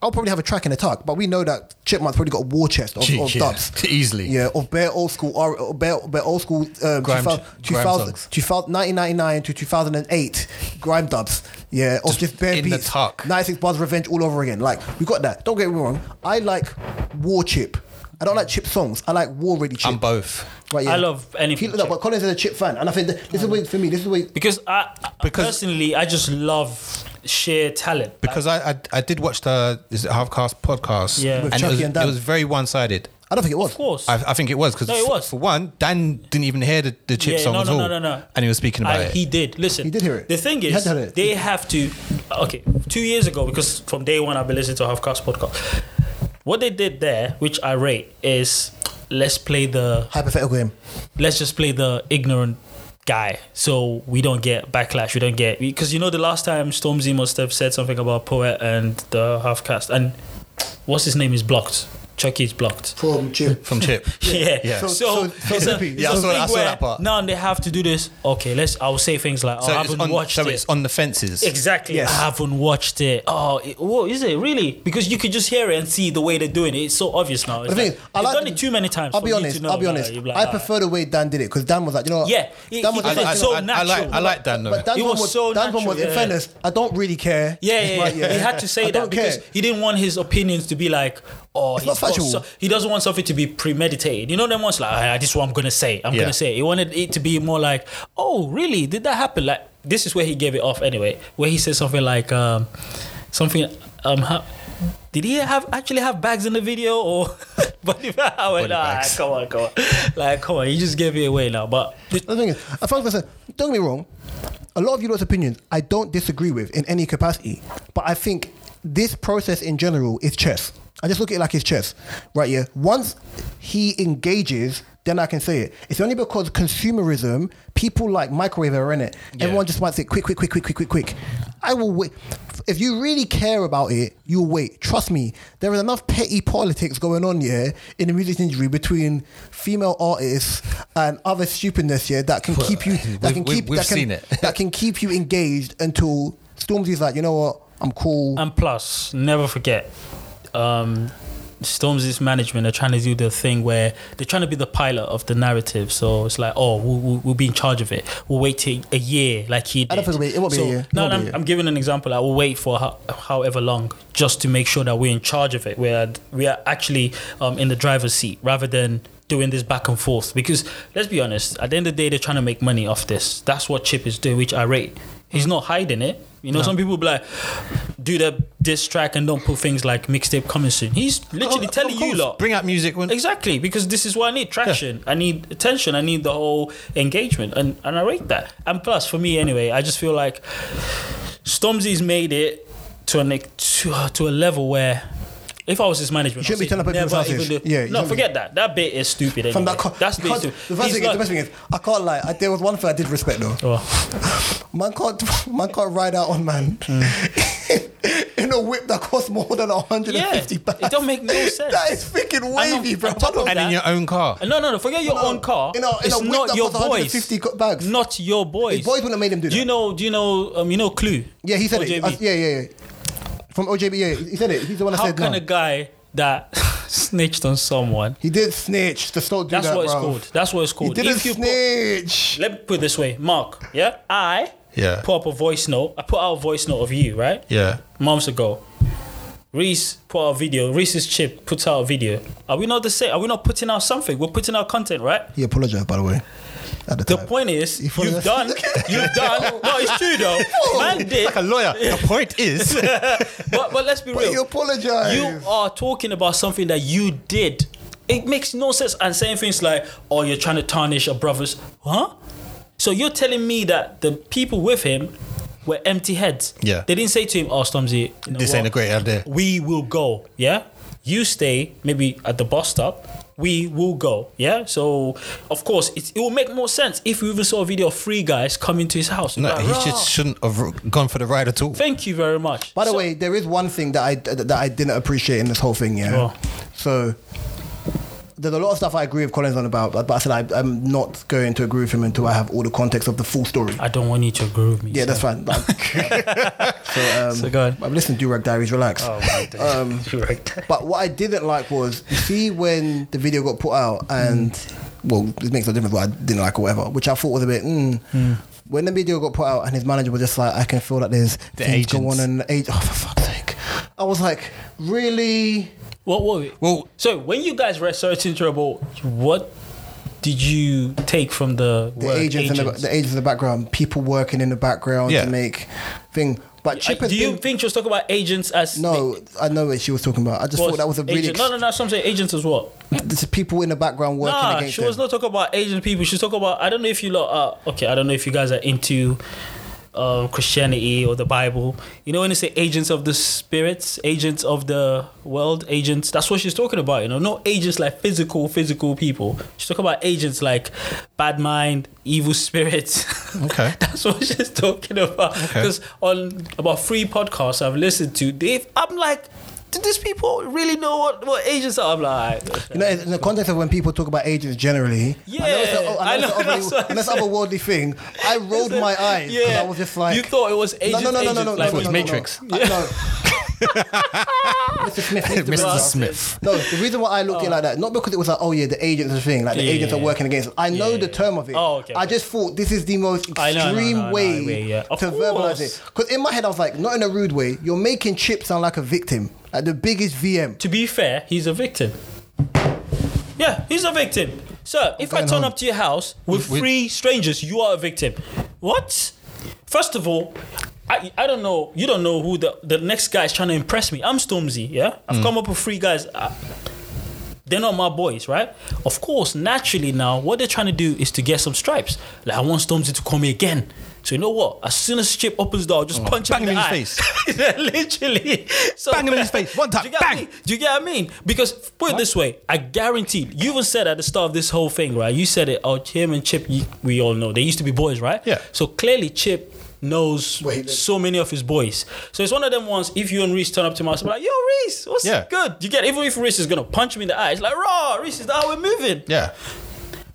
I'll probably have a track and attack, but we know that Chipmunk's probably got a war chest of,
Gee, [laughs]
of
yeah,
dubs.
easily.
Yeah, of bare old school, or, or bare, bare old school um,
Grime-
2000,
grime
2000,
songs.
1999 to 2008 grime dubs. Yeah, or just, bare
in the
beats.
tuck.
96 Bars Revenge all over again. Like, we got that. Don't get me wrong. I like War Chip. I don't like Chip songs. I like War Ready Chip.
I'm both
Right,
I love anything
He looked up,
Chip.
but Collins is a Chip fan, and I think that, this is what, for me, this is what.
Because I I-
Because-
personally, I just love sheer talent.
because I, I I did watch the is it half cast podcast.
Yeah. With
and it
Chucky
was,
and Dan.
it was very one sided.
I don't think it was.
of course,
I, I think it was because
No, it was.
for one, Dan didn't even hear the, the chip
Yeah,
song
no,
at
no,
all.
no, no, no.
And he was speaking about
I,
it.
he did. Listen,
He did hear it.
The thing
He
is,
had heard it.
they have to. Okay, two years ago, because from day one I've been listening to Half Cast podcast. What they did there, which I rate, is let's play the
Hypothetical him.
let's just play the ignorant guy so we don't get backlash we don't get because you know the last time stormzy must have said something about poet and the half cast and what's his name is blocked chucky is blocked
From Chip.
from Chip.
[laughs] yeah,
Yeah.
so,
So- so- so
it's a,
trippy.
it's
Yeah, I
a
saw that-
thing
I saw
where
that part.
now they have to do this okay let's i'll say things like oh,
So
i
it's
haven't
on,
watched
so
it
it's on the fences.
Exactly.
Yes.
I haven't watched it. Oh, it, whoa, is it really? Because you could just hear it and see the way they're doing it. It's so obvious now. It's
The thing
like,
is, I
they've
like
done
the-
it too many times.
I'll
for
be
you to
honest.
know
I'll be
now.
honest.
You'll be like,
I
"Ah."
prefer the way Dan did it because Dan was like, you know what?
Yeah, he-
Dan
he
was
did
I,
it
like,
I,
you know
so
what?
I, I like, I
natural.
like Dan though.
But Dan's
It
one
was
was,
so
Dan's one was
natural,
in
yeah.
fairness, I don't really care.
Yeah, yeah,
Right,
yeah. He had to say
I
that
don't
because
care.
he didn't want his opinions to be like, oh, he's
not
got
factual.
so- he doesn't want something to be premeditated. You know, them ones like, ah, this is what I'm gonna say. I'm
Yeah.
gonna say. It. He wanted it to be more like, oh, really? Did that happen? Like, this is where he gave it off anyway. Where he said something like, um, something, um, ha- did he have actually have bags in the video or? [laughs] but if I went,
Body
ah,
bags.
come on, come on, like, come on, he just gave it away now. But
The thing is, I found myself, don't get me wrong, a lot of you lot's opinions I don't disagree with in any capacity, but I think this process in general is chess. I just look at it like it's chess, right? Yeah. Once he engages, then I can say it. It's only because consumerism, people like microwave are in it. Everyone just wants it quick, quick, quick, quick, quick, quick, quick. I will wait. If you really care about it, you'll wait. Trust me, there is enough petty politics going on here in the music industry between female artists and other stupidness here that can keep
[laughs]
you that
we've-
can
we've-
keep
we've
that can,
seen it.
[laughs] that can keep you engaged until Stormzy's like, you know what, I'm cool.
And plus, never forget, um, Stormzy's management are trying to do the thing where they're trying to be the pilot of the narrative. So it's like, oh, we'll, we'll, we'll be in charge of it. We'll wait till a year, like he did.
I don't think it'll be- it won't be a
So-
year. It
No,
won't
no
be a
I'm,
year.
I'm giving an example. I will wait for ho- however long just to make sure that we're in charge of it. We're we are actually um, in the driver's seat rather than doing this back and forth. Because let's be honest, at the end of the day, they're trying to make money off this. That's what Chip is doing, which I rate. He's not hiding it. You know, some people be like, do the diss track and don't put things like mixtape coming soon. He's literally
Of
telling you
course,
lot.
Bring out music when
Exactly, because this is what I need traction. I need attention. I need the whole engagement, and and I rate that. And plus, for me anyway, I just feel like Stormzy's made it to an ex- to, to a level where. If I was his management,
shouldn't
I'd
be turning up at
never
people's
even
houses.
do-
Yeah, you
no,
shouldn't
forget that. That bit is stupid. Anyway.
From that, co-
That's
you
bit
can't-
stupid.
the first
He's
thing,
not-
the best thing is, I can't lie. I, there was one thing I did respect though.
Oh,
Man can't [laughs] man can't ride out on man [laughs] in a whip that costs more than hundred and
Mm. yeah,
fifty pounds.
it don't make
[laughs]
no sense.
That is freaking
on-
wavy, bro.
on top of
and in
that-
your own car.
no, no, no. Forget your
No,
own car.
in a- in
it's
a whip
not
that
your
costs
boys.
150 co- bags.
Not your boys.
His boys wouldn't have made him do
Do you
that.
know? Do you know? Um, you know, Clue.
Yeah, he said it.
OJB?
I- yeah, yeah, yeah. From OJB, yeah, he said it. He's the one that
How
said
can
no.
a guy that [laughs] snitched on someone.
He did snitch. Just don't do
That's
that,
what it's
bruv.
called. That's what it's
He
called.
didn't
If you put-
snitch.
let me put it this way, Mark. Yeah, I
Yeah.
put up a voice note. I put out a voice note of you, right?
Yeah.
Months ago. Reese put out a video. Reese's chip puts out a video. Are we not the same? Are we not putting out something? We're putting out content, right?
he apologized, by the way. At the,
The
time.
point is,
You follow
you've
that?
done,
[laughs]
you've done. No, it's true though. Man did,
Like
[laughs]
a lawyer. The point is,
but but let's be
But he
real.
apologized.
You are talking about something that you did. It makes no sense. And saying things like, "Oh, you're trying to tarnish a brother's," huh? So you're telling me that the people with him were empty heads.
Yeah.
They didn't say to him, "Oh, Stormzy, you know
[laughs] this ain't a
what?
great idea.
we will go. Yeah. You stay maybe at the bus stop. We will go. Yeah. So, of course, it, it will make more sense if we even saw a video of three guys coming to his house.
No,
Like,
he
"Rah."
just shouldn't have gone for the ride at all.
Thank you very much.
By the
So-
way, there is one thing that I that I didn't appreciate in this whole thing. Yeah.
Oh.
So there's a lot of stuff I agree with Collins on about, but but I said I, I'm not going to agree with him until I have all the context of the full story.
I don't want you to agree with me. so.
yeah, that's fine.
[laughs]
Like- so, um,
So go on.
I've listened to Durag Diaries. Relax.
Oh,
Um, But what I didn't like was you see when the video got put out and
Mm.
well, it makes no difference what I didn't like or whatever, which I thought was a bit. Mm. When the video got put out and his manager was just like, I can feel that there's
The
things go
agents.
on and age. Oh for fuck's sake! I was like, really?
[laughs] What were we?
Well-
so when you guys read Search and Trouble, what did you take from the,
The
word
agents, in the,
agents?
the agents in the background, people working in the background
Yeah.
to make thing. But Chip
Uh,
has
Do you
been.
think she was talking about agents as
no, I know what she was talking about. I just thought that was a really.
agent. No, no, no. Some say agents as what?
There's people in the background working
Nah,
against
she was
them.
not talking about Asian people. She's talking about I don't know if you lot are okay. I don't know if you guys are into um, Christianity or the Bible. You know when they say agents of the spirits, agents of the world, agents. That's what she's talking about. You know, not agents like physical, physical people. She's talking about agents like bad mind, evil spirits. [laughs]
Okay.
That's what she's talking about.
Okay.
Because on about three podcasts I've listened to, Dave, I'm like. Do these people really know what, what agents are? I'm like,
You know, in the context of when people talk about agents generally, I know it's a-
Yeah,
oh,
I
I know it's
know,
an
that's what I
otherworldly- and that's
said.
otherworldly thing. I rolled my eyes because I was just like,
you thought it was
no,
agents.
no, no, no,
agents,
no, no,
like,
no,
it was
no, no,
Matrix.
No, I- no. Mr.
[laughs]
Smith, Mr.
Mr.
Brown.
Smith.
No, the reason why I looked at it like that, not because it was like, oh yeah, the agents are thing, like the
Yeah,
agents
yeah,
are
yeah.
working against. us. I know
Yeah,
the
yeah,
term of it.
Oh, okay,
I
okay.
just thought this is the most
I know, no,
extreme
no, no,
way
way, yeah.
to
Of
verbalize
course.
it. Because in my head, I was like, not in a rude way. You're making Chip sound like a victim, like the biggest VM.
To be fair, he's a victim. Yeah, he's a victim. Sir, if I
going
turn
home.
up to your house with
With-
three strangers, you are a victim. What? First of all, I, I don't know. You don't know who the, the next guy is trying to impress me. I'm Stormzy, yeah?
Mm.
I've come up with three guys. I- they're not my boys, right? Of course, naturally now, what they're trying to do is to get some stripes. Like I want Stormzy to call me again. So you know what? As soon as Chip opens the door, I'll just punch
Oh, bang
him in,
him
the
in
eye.
his
[laughs] Yeah, Literally. So,
Bang him in his face. One time.
Do you get
Bang.
me? Do you get what I mean? Because put it this way, I guarantee you even said at the start of this whole thing, right? You said it. Oh, him and Chip, you, we all know they used to be boys, right?
Yeah.
So clearly, Chip knows
Wait, let-
so many of his boys. So it's one of them ones. If you and Reese turn up to my house, I'm like, yo, Reese, what's
Yeah.
good? You get even if Reese is gonna punch me in the eye, it's like, raw, Reese is that how we're moving.
Yeah.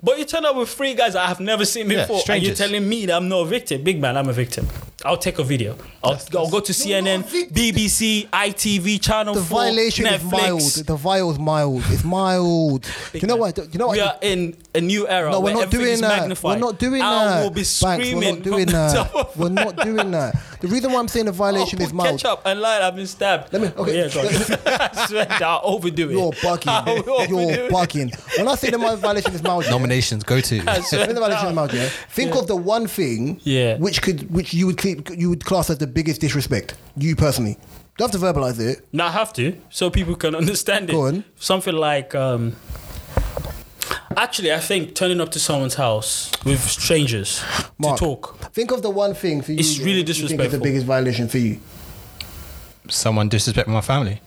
But you turn up with three guys I have never seen
Yeah,
before, and you're
strangers.
telling me that I'm not a victim. Big man, I'm a victim. I'll take a video. I'll, I'll go to CNN,
not a victim.
BBC, ITV, Channel
The
4,
violation
Netflix.
is mild. The vile is mild.
[laughs]
It's mild. Do you know
man.
what? Do you know what?
We are in a new era.
no,
where
we're not
everything
doing
is
that.
Magnified.
We're not doing
I
that.
will be
Banks,
screaming.
we're not doing
from the top
that.
of-
[laughs] We're not
[laughs]
doing that. The reason why I'm saying the violation
I'll
is
put
mild.
Ketchup and lie. I've been stabbed. Oh,
Let me- okay.
yeah, go on. [laughs] I swear to God, I'll overdo it.
You're
[laughs] I'll
bugging.
overdo
You're
it.
bugging. When I say the my violation is mild, yeah,
Nominations go
[laughs]
to.
I
when I
swear
say the violation is mild, yeah, think of the one thing,
Yeah.
which could, which you would keep, you would class as the biggest disrespect. You personally, don't have to verbalize it.
No, I have to, so people can understand it.
Go on.
Something like, um, actually, I think turning up to someone's house with strangers
Mark,
to talk.
Think of the one thing for you.
It's really
you think is
disrespectful.
the biggest violation for you.
Someone disrespecting my family.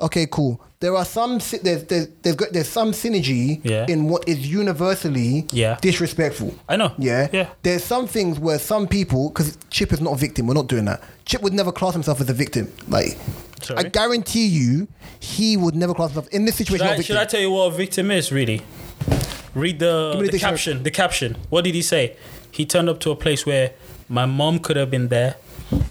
okay, cool. There are some sy- there's there's there's, got, there's some synergy
Yeah.
in what is universally
Yeah.
disrespectful.
I know.
Yeah.
Yeah.
There's some things where some people, because Chip is not a victim, we're not doing that. Chip would never class himself as a victim. Like,
Sorry?
I guarantee you, he would never class himself in this
Should
situation.
I,
not a
should
victim.
I tell you what a victim is, really? Read the,
Give me
the,
the dictionary.
caption. The caption. What did he say? He turned up to a place where my mom could have been there.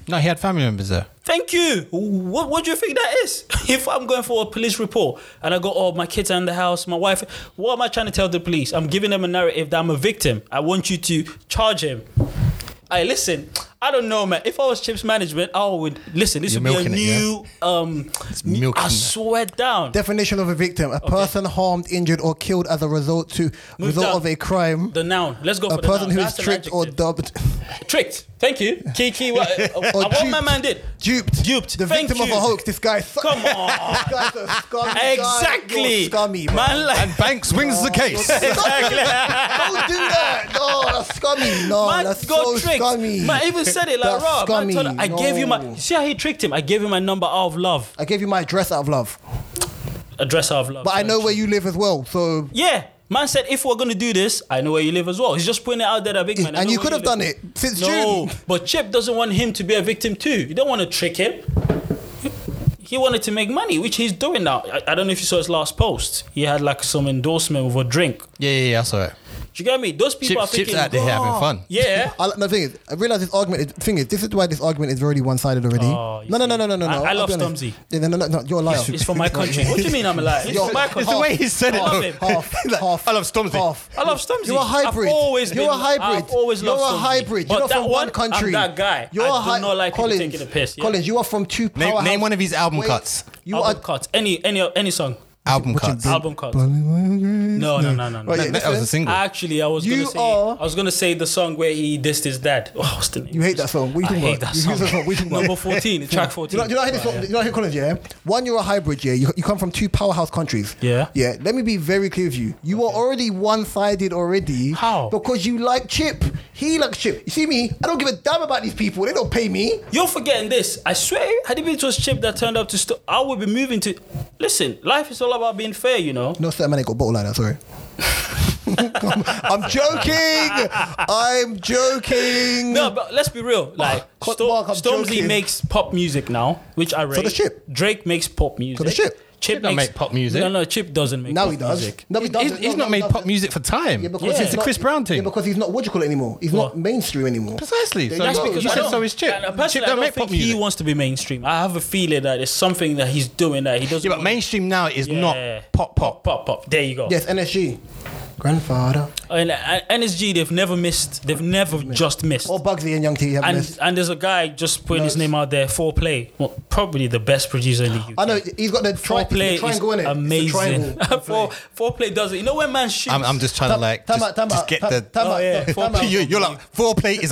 No, he had family members there.
Fa- Thank you. What, what do you think that is? [laughs] If I'm going for a police report and I go, oh, my kids are in the house, my wife, what am I trying to tell the police? I'm giving them a narrative that I'm a victim. I want you to charge him. I listen. I don't know, man. If I was chips management, I would listen. This
You're
would be a
milking it,
new. um
milking
I
it.
swear down.
Definition of a victim: a person harmed, injured, or killed as a result to result
down.
of a crime.
the noun. Let's go
a
for the
person
noun.
who is
That's an
tricked or
adjective.
dubbed, [laughs]
tricked. Thank you, Kiki. What, uh,
Or
what my
duped.
man did?
duped,
Duped.
the
Thank
victim of
you.
a hoax. [laughs] This guy, sucks.
Come on.
this guy's a scummy. guy.
exactly.
You're scummy. bro. [laughs]
man. Like, [laughs]
And Banks wins the case.
exactly.
Don't do that. No, that's scummy. No,
Man
that's
got
so
tricked.
scummy.
Man even said it like,
That's
"Rob, man told him,
scummy.
I gave you my."
No.
See how he tricked him? I gave him my number out of love,
I gave you my address out of love,
a dress out of love.
but I
sorry.
know where you live as well. So,
Yeah, man said if we're gonna do this, I know where you live as well. He's just putting it out there, that big man. I
and
know
you
where
could have
live.
done it since
No,
June.
but Chip doesn't want him to be a victim too. You don't want to trick him. He wanted to make money, which he's doing now. I, I don't know if you saw his last post. He had like some endorsement with a drink.
yeah, yeah, yeah. I saw it.
Do you get me? Those people are
Chips,
thinking, "Oh,
chips out there having fun.
yeah.
I, no, the thing is, I realize this argument. Is, thing is, this is why this argument is already one-sided already.
Oh, you
no, no,
see.
no, no, no, no.
I- I
I'll
love
be honest.
Stormzy.
Yeah, no, no, no, no, you're a liar.
It's
[laughs]
from my country. What do you mean I'm a liar? It's
Yo,
from my
it's
country.
It's the way he said it.
Half
though.
him.
[laughs] half, half.
I love Stormzy.
Half.
I love Stormzy.
You're a
I've
hybrid.
always
You're
been-
a hybrid.
I've always
You're
loved
a
Stormzy.
hybrid.
But
You're not
that
from
one,
one country.
I'm that guy.
You're
I
a
do
hy-
not like people
Collins,
taking the piss, yeah.
Collins, you are from two
Name-
powerhouse-
name one of his album
Wait,
cuts.
You
album
are.
cuts. Any any any song.
Album cuts.
Album cuts. No, no, no, no. no.
Right, yeah,
That, that was a
listen.
single.
Actually, I was
You
gonna say
are-
I was gonna say the song where he dissed his dad. Oh, what's the name?
You hate that song. What
I
are you talking
hate
about?
that
You
song.
hate that song. What are you talking about?
Number fourteen, track
Do
fourteen.
[laughs] you know, do you know how this? Do you know how Collins? Yeah. One, you're a hybrid. Yeah. You, you come from two powerhouse countries.
Yeah.
Yeah. Let me be very clear with you. You are already one-sided already.
How?
Because you like Chip. He likes Chip. You see me? I don't give a damn about these people. They don't pay me.
You're forgetting this. I swear, had it been to a chip that turned up to st- I would be moving to. Listen, life is all about being fair, you know.
No, certain man ain't got bottle like that. Sorry. [laughs] I'm joking. I'm joking.
Mm.
No, but let's be
Ah,
real. Like
Cut
Sto-
Mark, I'm
Stormsy
joking.
makes pop music now, which I rate.
does Chip.
Drake makes pop music.
does Chip.
Chip
don't
makes
make pop music.
No, no, Chip doesn't make.
Now
pop
he does.
Music.
No, he
he's
doesn't.
he's
No,
not
no,
made
no,
pop
no.
music for time.
Yeah, because
Yeah.
he's
It's a
not-
Chris Brown thing.
Yeah, because he's not what do you call it anymore. He's
What?
not mainstream anymore.
Precisely. So
There you
that's
go.
because you
I
said
don't-
so is Chip.
And, uh,
Chip
personally, I
don't
don't
make
think
pop
he
music.
wants to be mainstream. I have a feeling that it's something that he's doing that he doesn't.
Yeah, but
want-
mainstream now is
Yeah.
not pop pop.
pop, pop. There you go.
Yes, NSG. Grandfather.
And uh, NSG, they've never missed. They've never just
Oh,
missed.
Or Bugsy and Young T have
and
missed.
and there's a guy just putting
No,
his
it's-
name out there. Four play, well, probably the best producer in the UK.
I know he's got the, tri-
Four
it's the
play is
triangle in it.
amazing. [laughs] Four four play does it. You know when man shoots.
I'm, I'm just trying to like
time
just,
out, time
just
out,
get
time-
the.
time out,
Oh, yeah,
time
four
out.
play.
[laughs] you, you're like foreplay is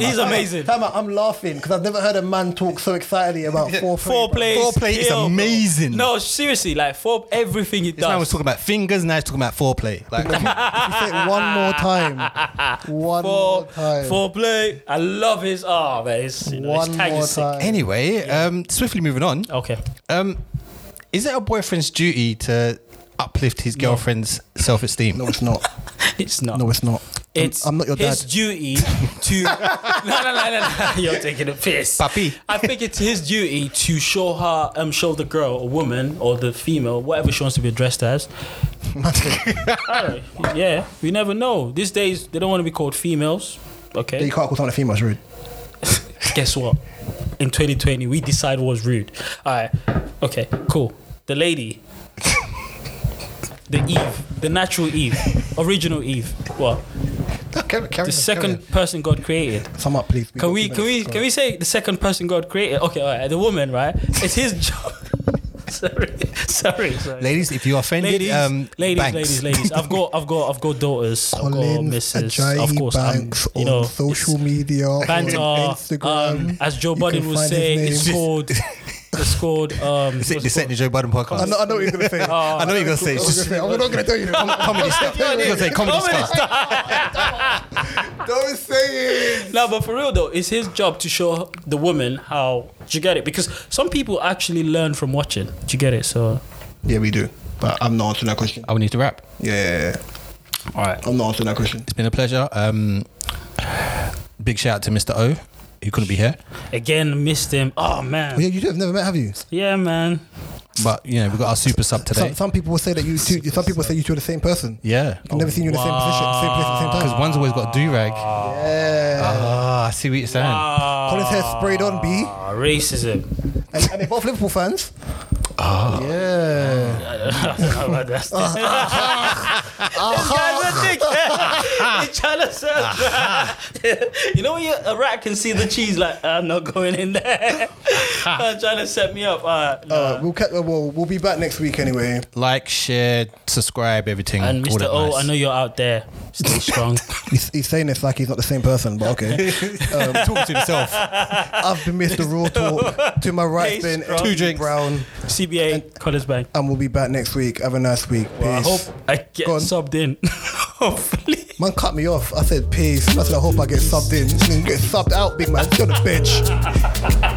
[laughs] He's amazing.
Time out, I'm laughing because I've never heard a man talk so excitedly about four play.
Four
bro.
plays.
Foreplay is
kill, bro.
amazing.
No, seriously, like four everything he
This man was
does.
talking about fingers. Now he's talking about foreplay. Like
[laughs]
If you say it one more time, one more
Four,
time,
four play. I love his ah, man. It's, you know, his
one
tag
more
is sick.
time.
anyway, um, swiftly moving on.
Okay.
Um, is it a boyfriend's duty to uplift his girlfriend's self-esteem?
No, it's not.
It's not.
No, it's not. I'm-
It's
I'm not your dad. [laughs]
his duty
[laughs]
to [laughs] no, no, no, no, no. [laughs] You're taking a piss,
Papi.
I think it's his duty to show her, um, show the girl, or woman, or the female, whatever she wants to be addressed as. I don't- yeah, we never know. These days, they don't want to be called females.
Yeah,
Okay,
you can't call someone a female, it's rude.
guess what? In 2020, we decide what's rude. All right, okay, cool. The lady, the Eve, the natural Eve, original Eve. What? [laughs] The second person God created.
Sum up, please.
Can we can we can we say the second person God created? Okay, all right, the woman, right? It's his [laughs] job. sorry, sorry, sorry.
Ladies, if you are offended,
Ladies,
um,
ladies,
Banks.
ladies, ladies.
[laughs]
I've [laughs] got, I've got, I've got daughters. I've got
Collins
misses.
Ajayi
Of course, I'm,
Banks
you know,
on social media, on
banter.
Instagram.
Um, as Joe
You
Budden
can
would
find
say, it's
his name. [laughs]
called, it's called. Um,
Is it
what's
the
it
Set the Joe Biden podcast?
I know, I know what you're
[laughs]
gonna say.
Oh,
I know what you're gonna say.
I
It's
was
just
gonna say, "Oh, I'm not gonna tell you.
com- comedy stuff. I was gonna say comedy stuff.
Don't say it.
called? no, but for real though, it's his job to show the woman how. Do you get it? Because some people actually learn from watching. Do you get it? So
Yeah, we do. But I'm not answering that question.
I would need to wrap.
Yeah, yeah,
all right.
I'm not answering that question.
It's been a pleasure. Um, big shout out to Mr. O, who couldn't be here,
Again, missed him. Oh man.
yeah, you two have never met, have you?
Yeah, man.
but you know we got our super sub today.
Some, some people will say that you two. Some people say you two are the same person.
Yeah,
I've never seen you in the same position, same place at the same time.
because one's always got a do rag.
Yeah.
Ah, I see what you're saying.
Colin's hair sprayed on, B.
Ah, racism.
And, and they're both Liverpool fans.
I don't know about that. This guy's a dick.
Ah,
He's trying to set. [laughs] you know when you, a rat can see the cheese, like "Ah, I'm not going in
Ah,
there. [laughs] I'm trying to set me up. Uh, no.
Uh, we'll, catch, uh, we'll we'll be back next week anyway.
Like, share, subscribe, everything.
and
all
Mr.
that
O,
nice.
I know you're out there.
[laughs]
Stay strong.
He's, he's saying this like he's not the same person, but okay.
Talk to himself.
I've been Mr. Raw Talk. To my right's
Hey,
been
strong.
Two
Two
drinks.
Brown,
CBA, College Bank.
and we'll be back next week. Have a nice week. Peace.
I hope I get
Go on.
subbed in. [laughs] Hopefully.
Man cut me off. I said peace. I said I hope I get subbed in. Get subbed out, big man. You're the bitch.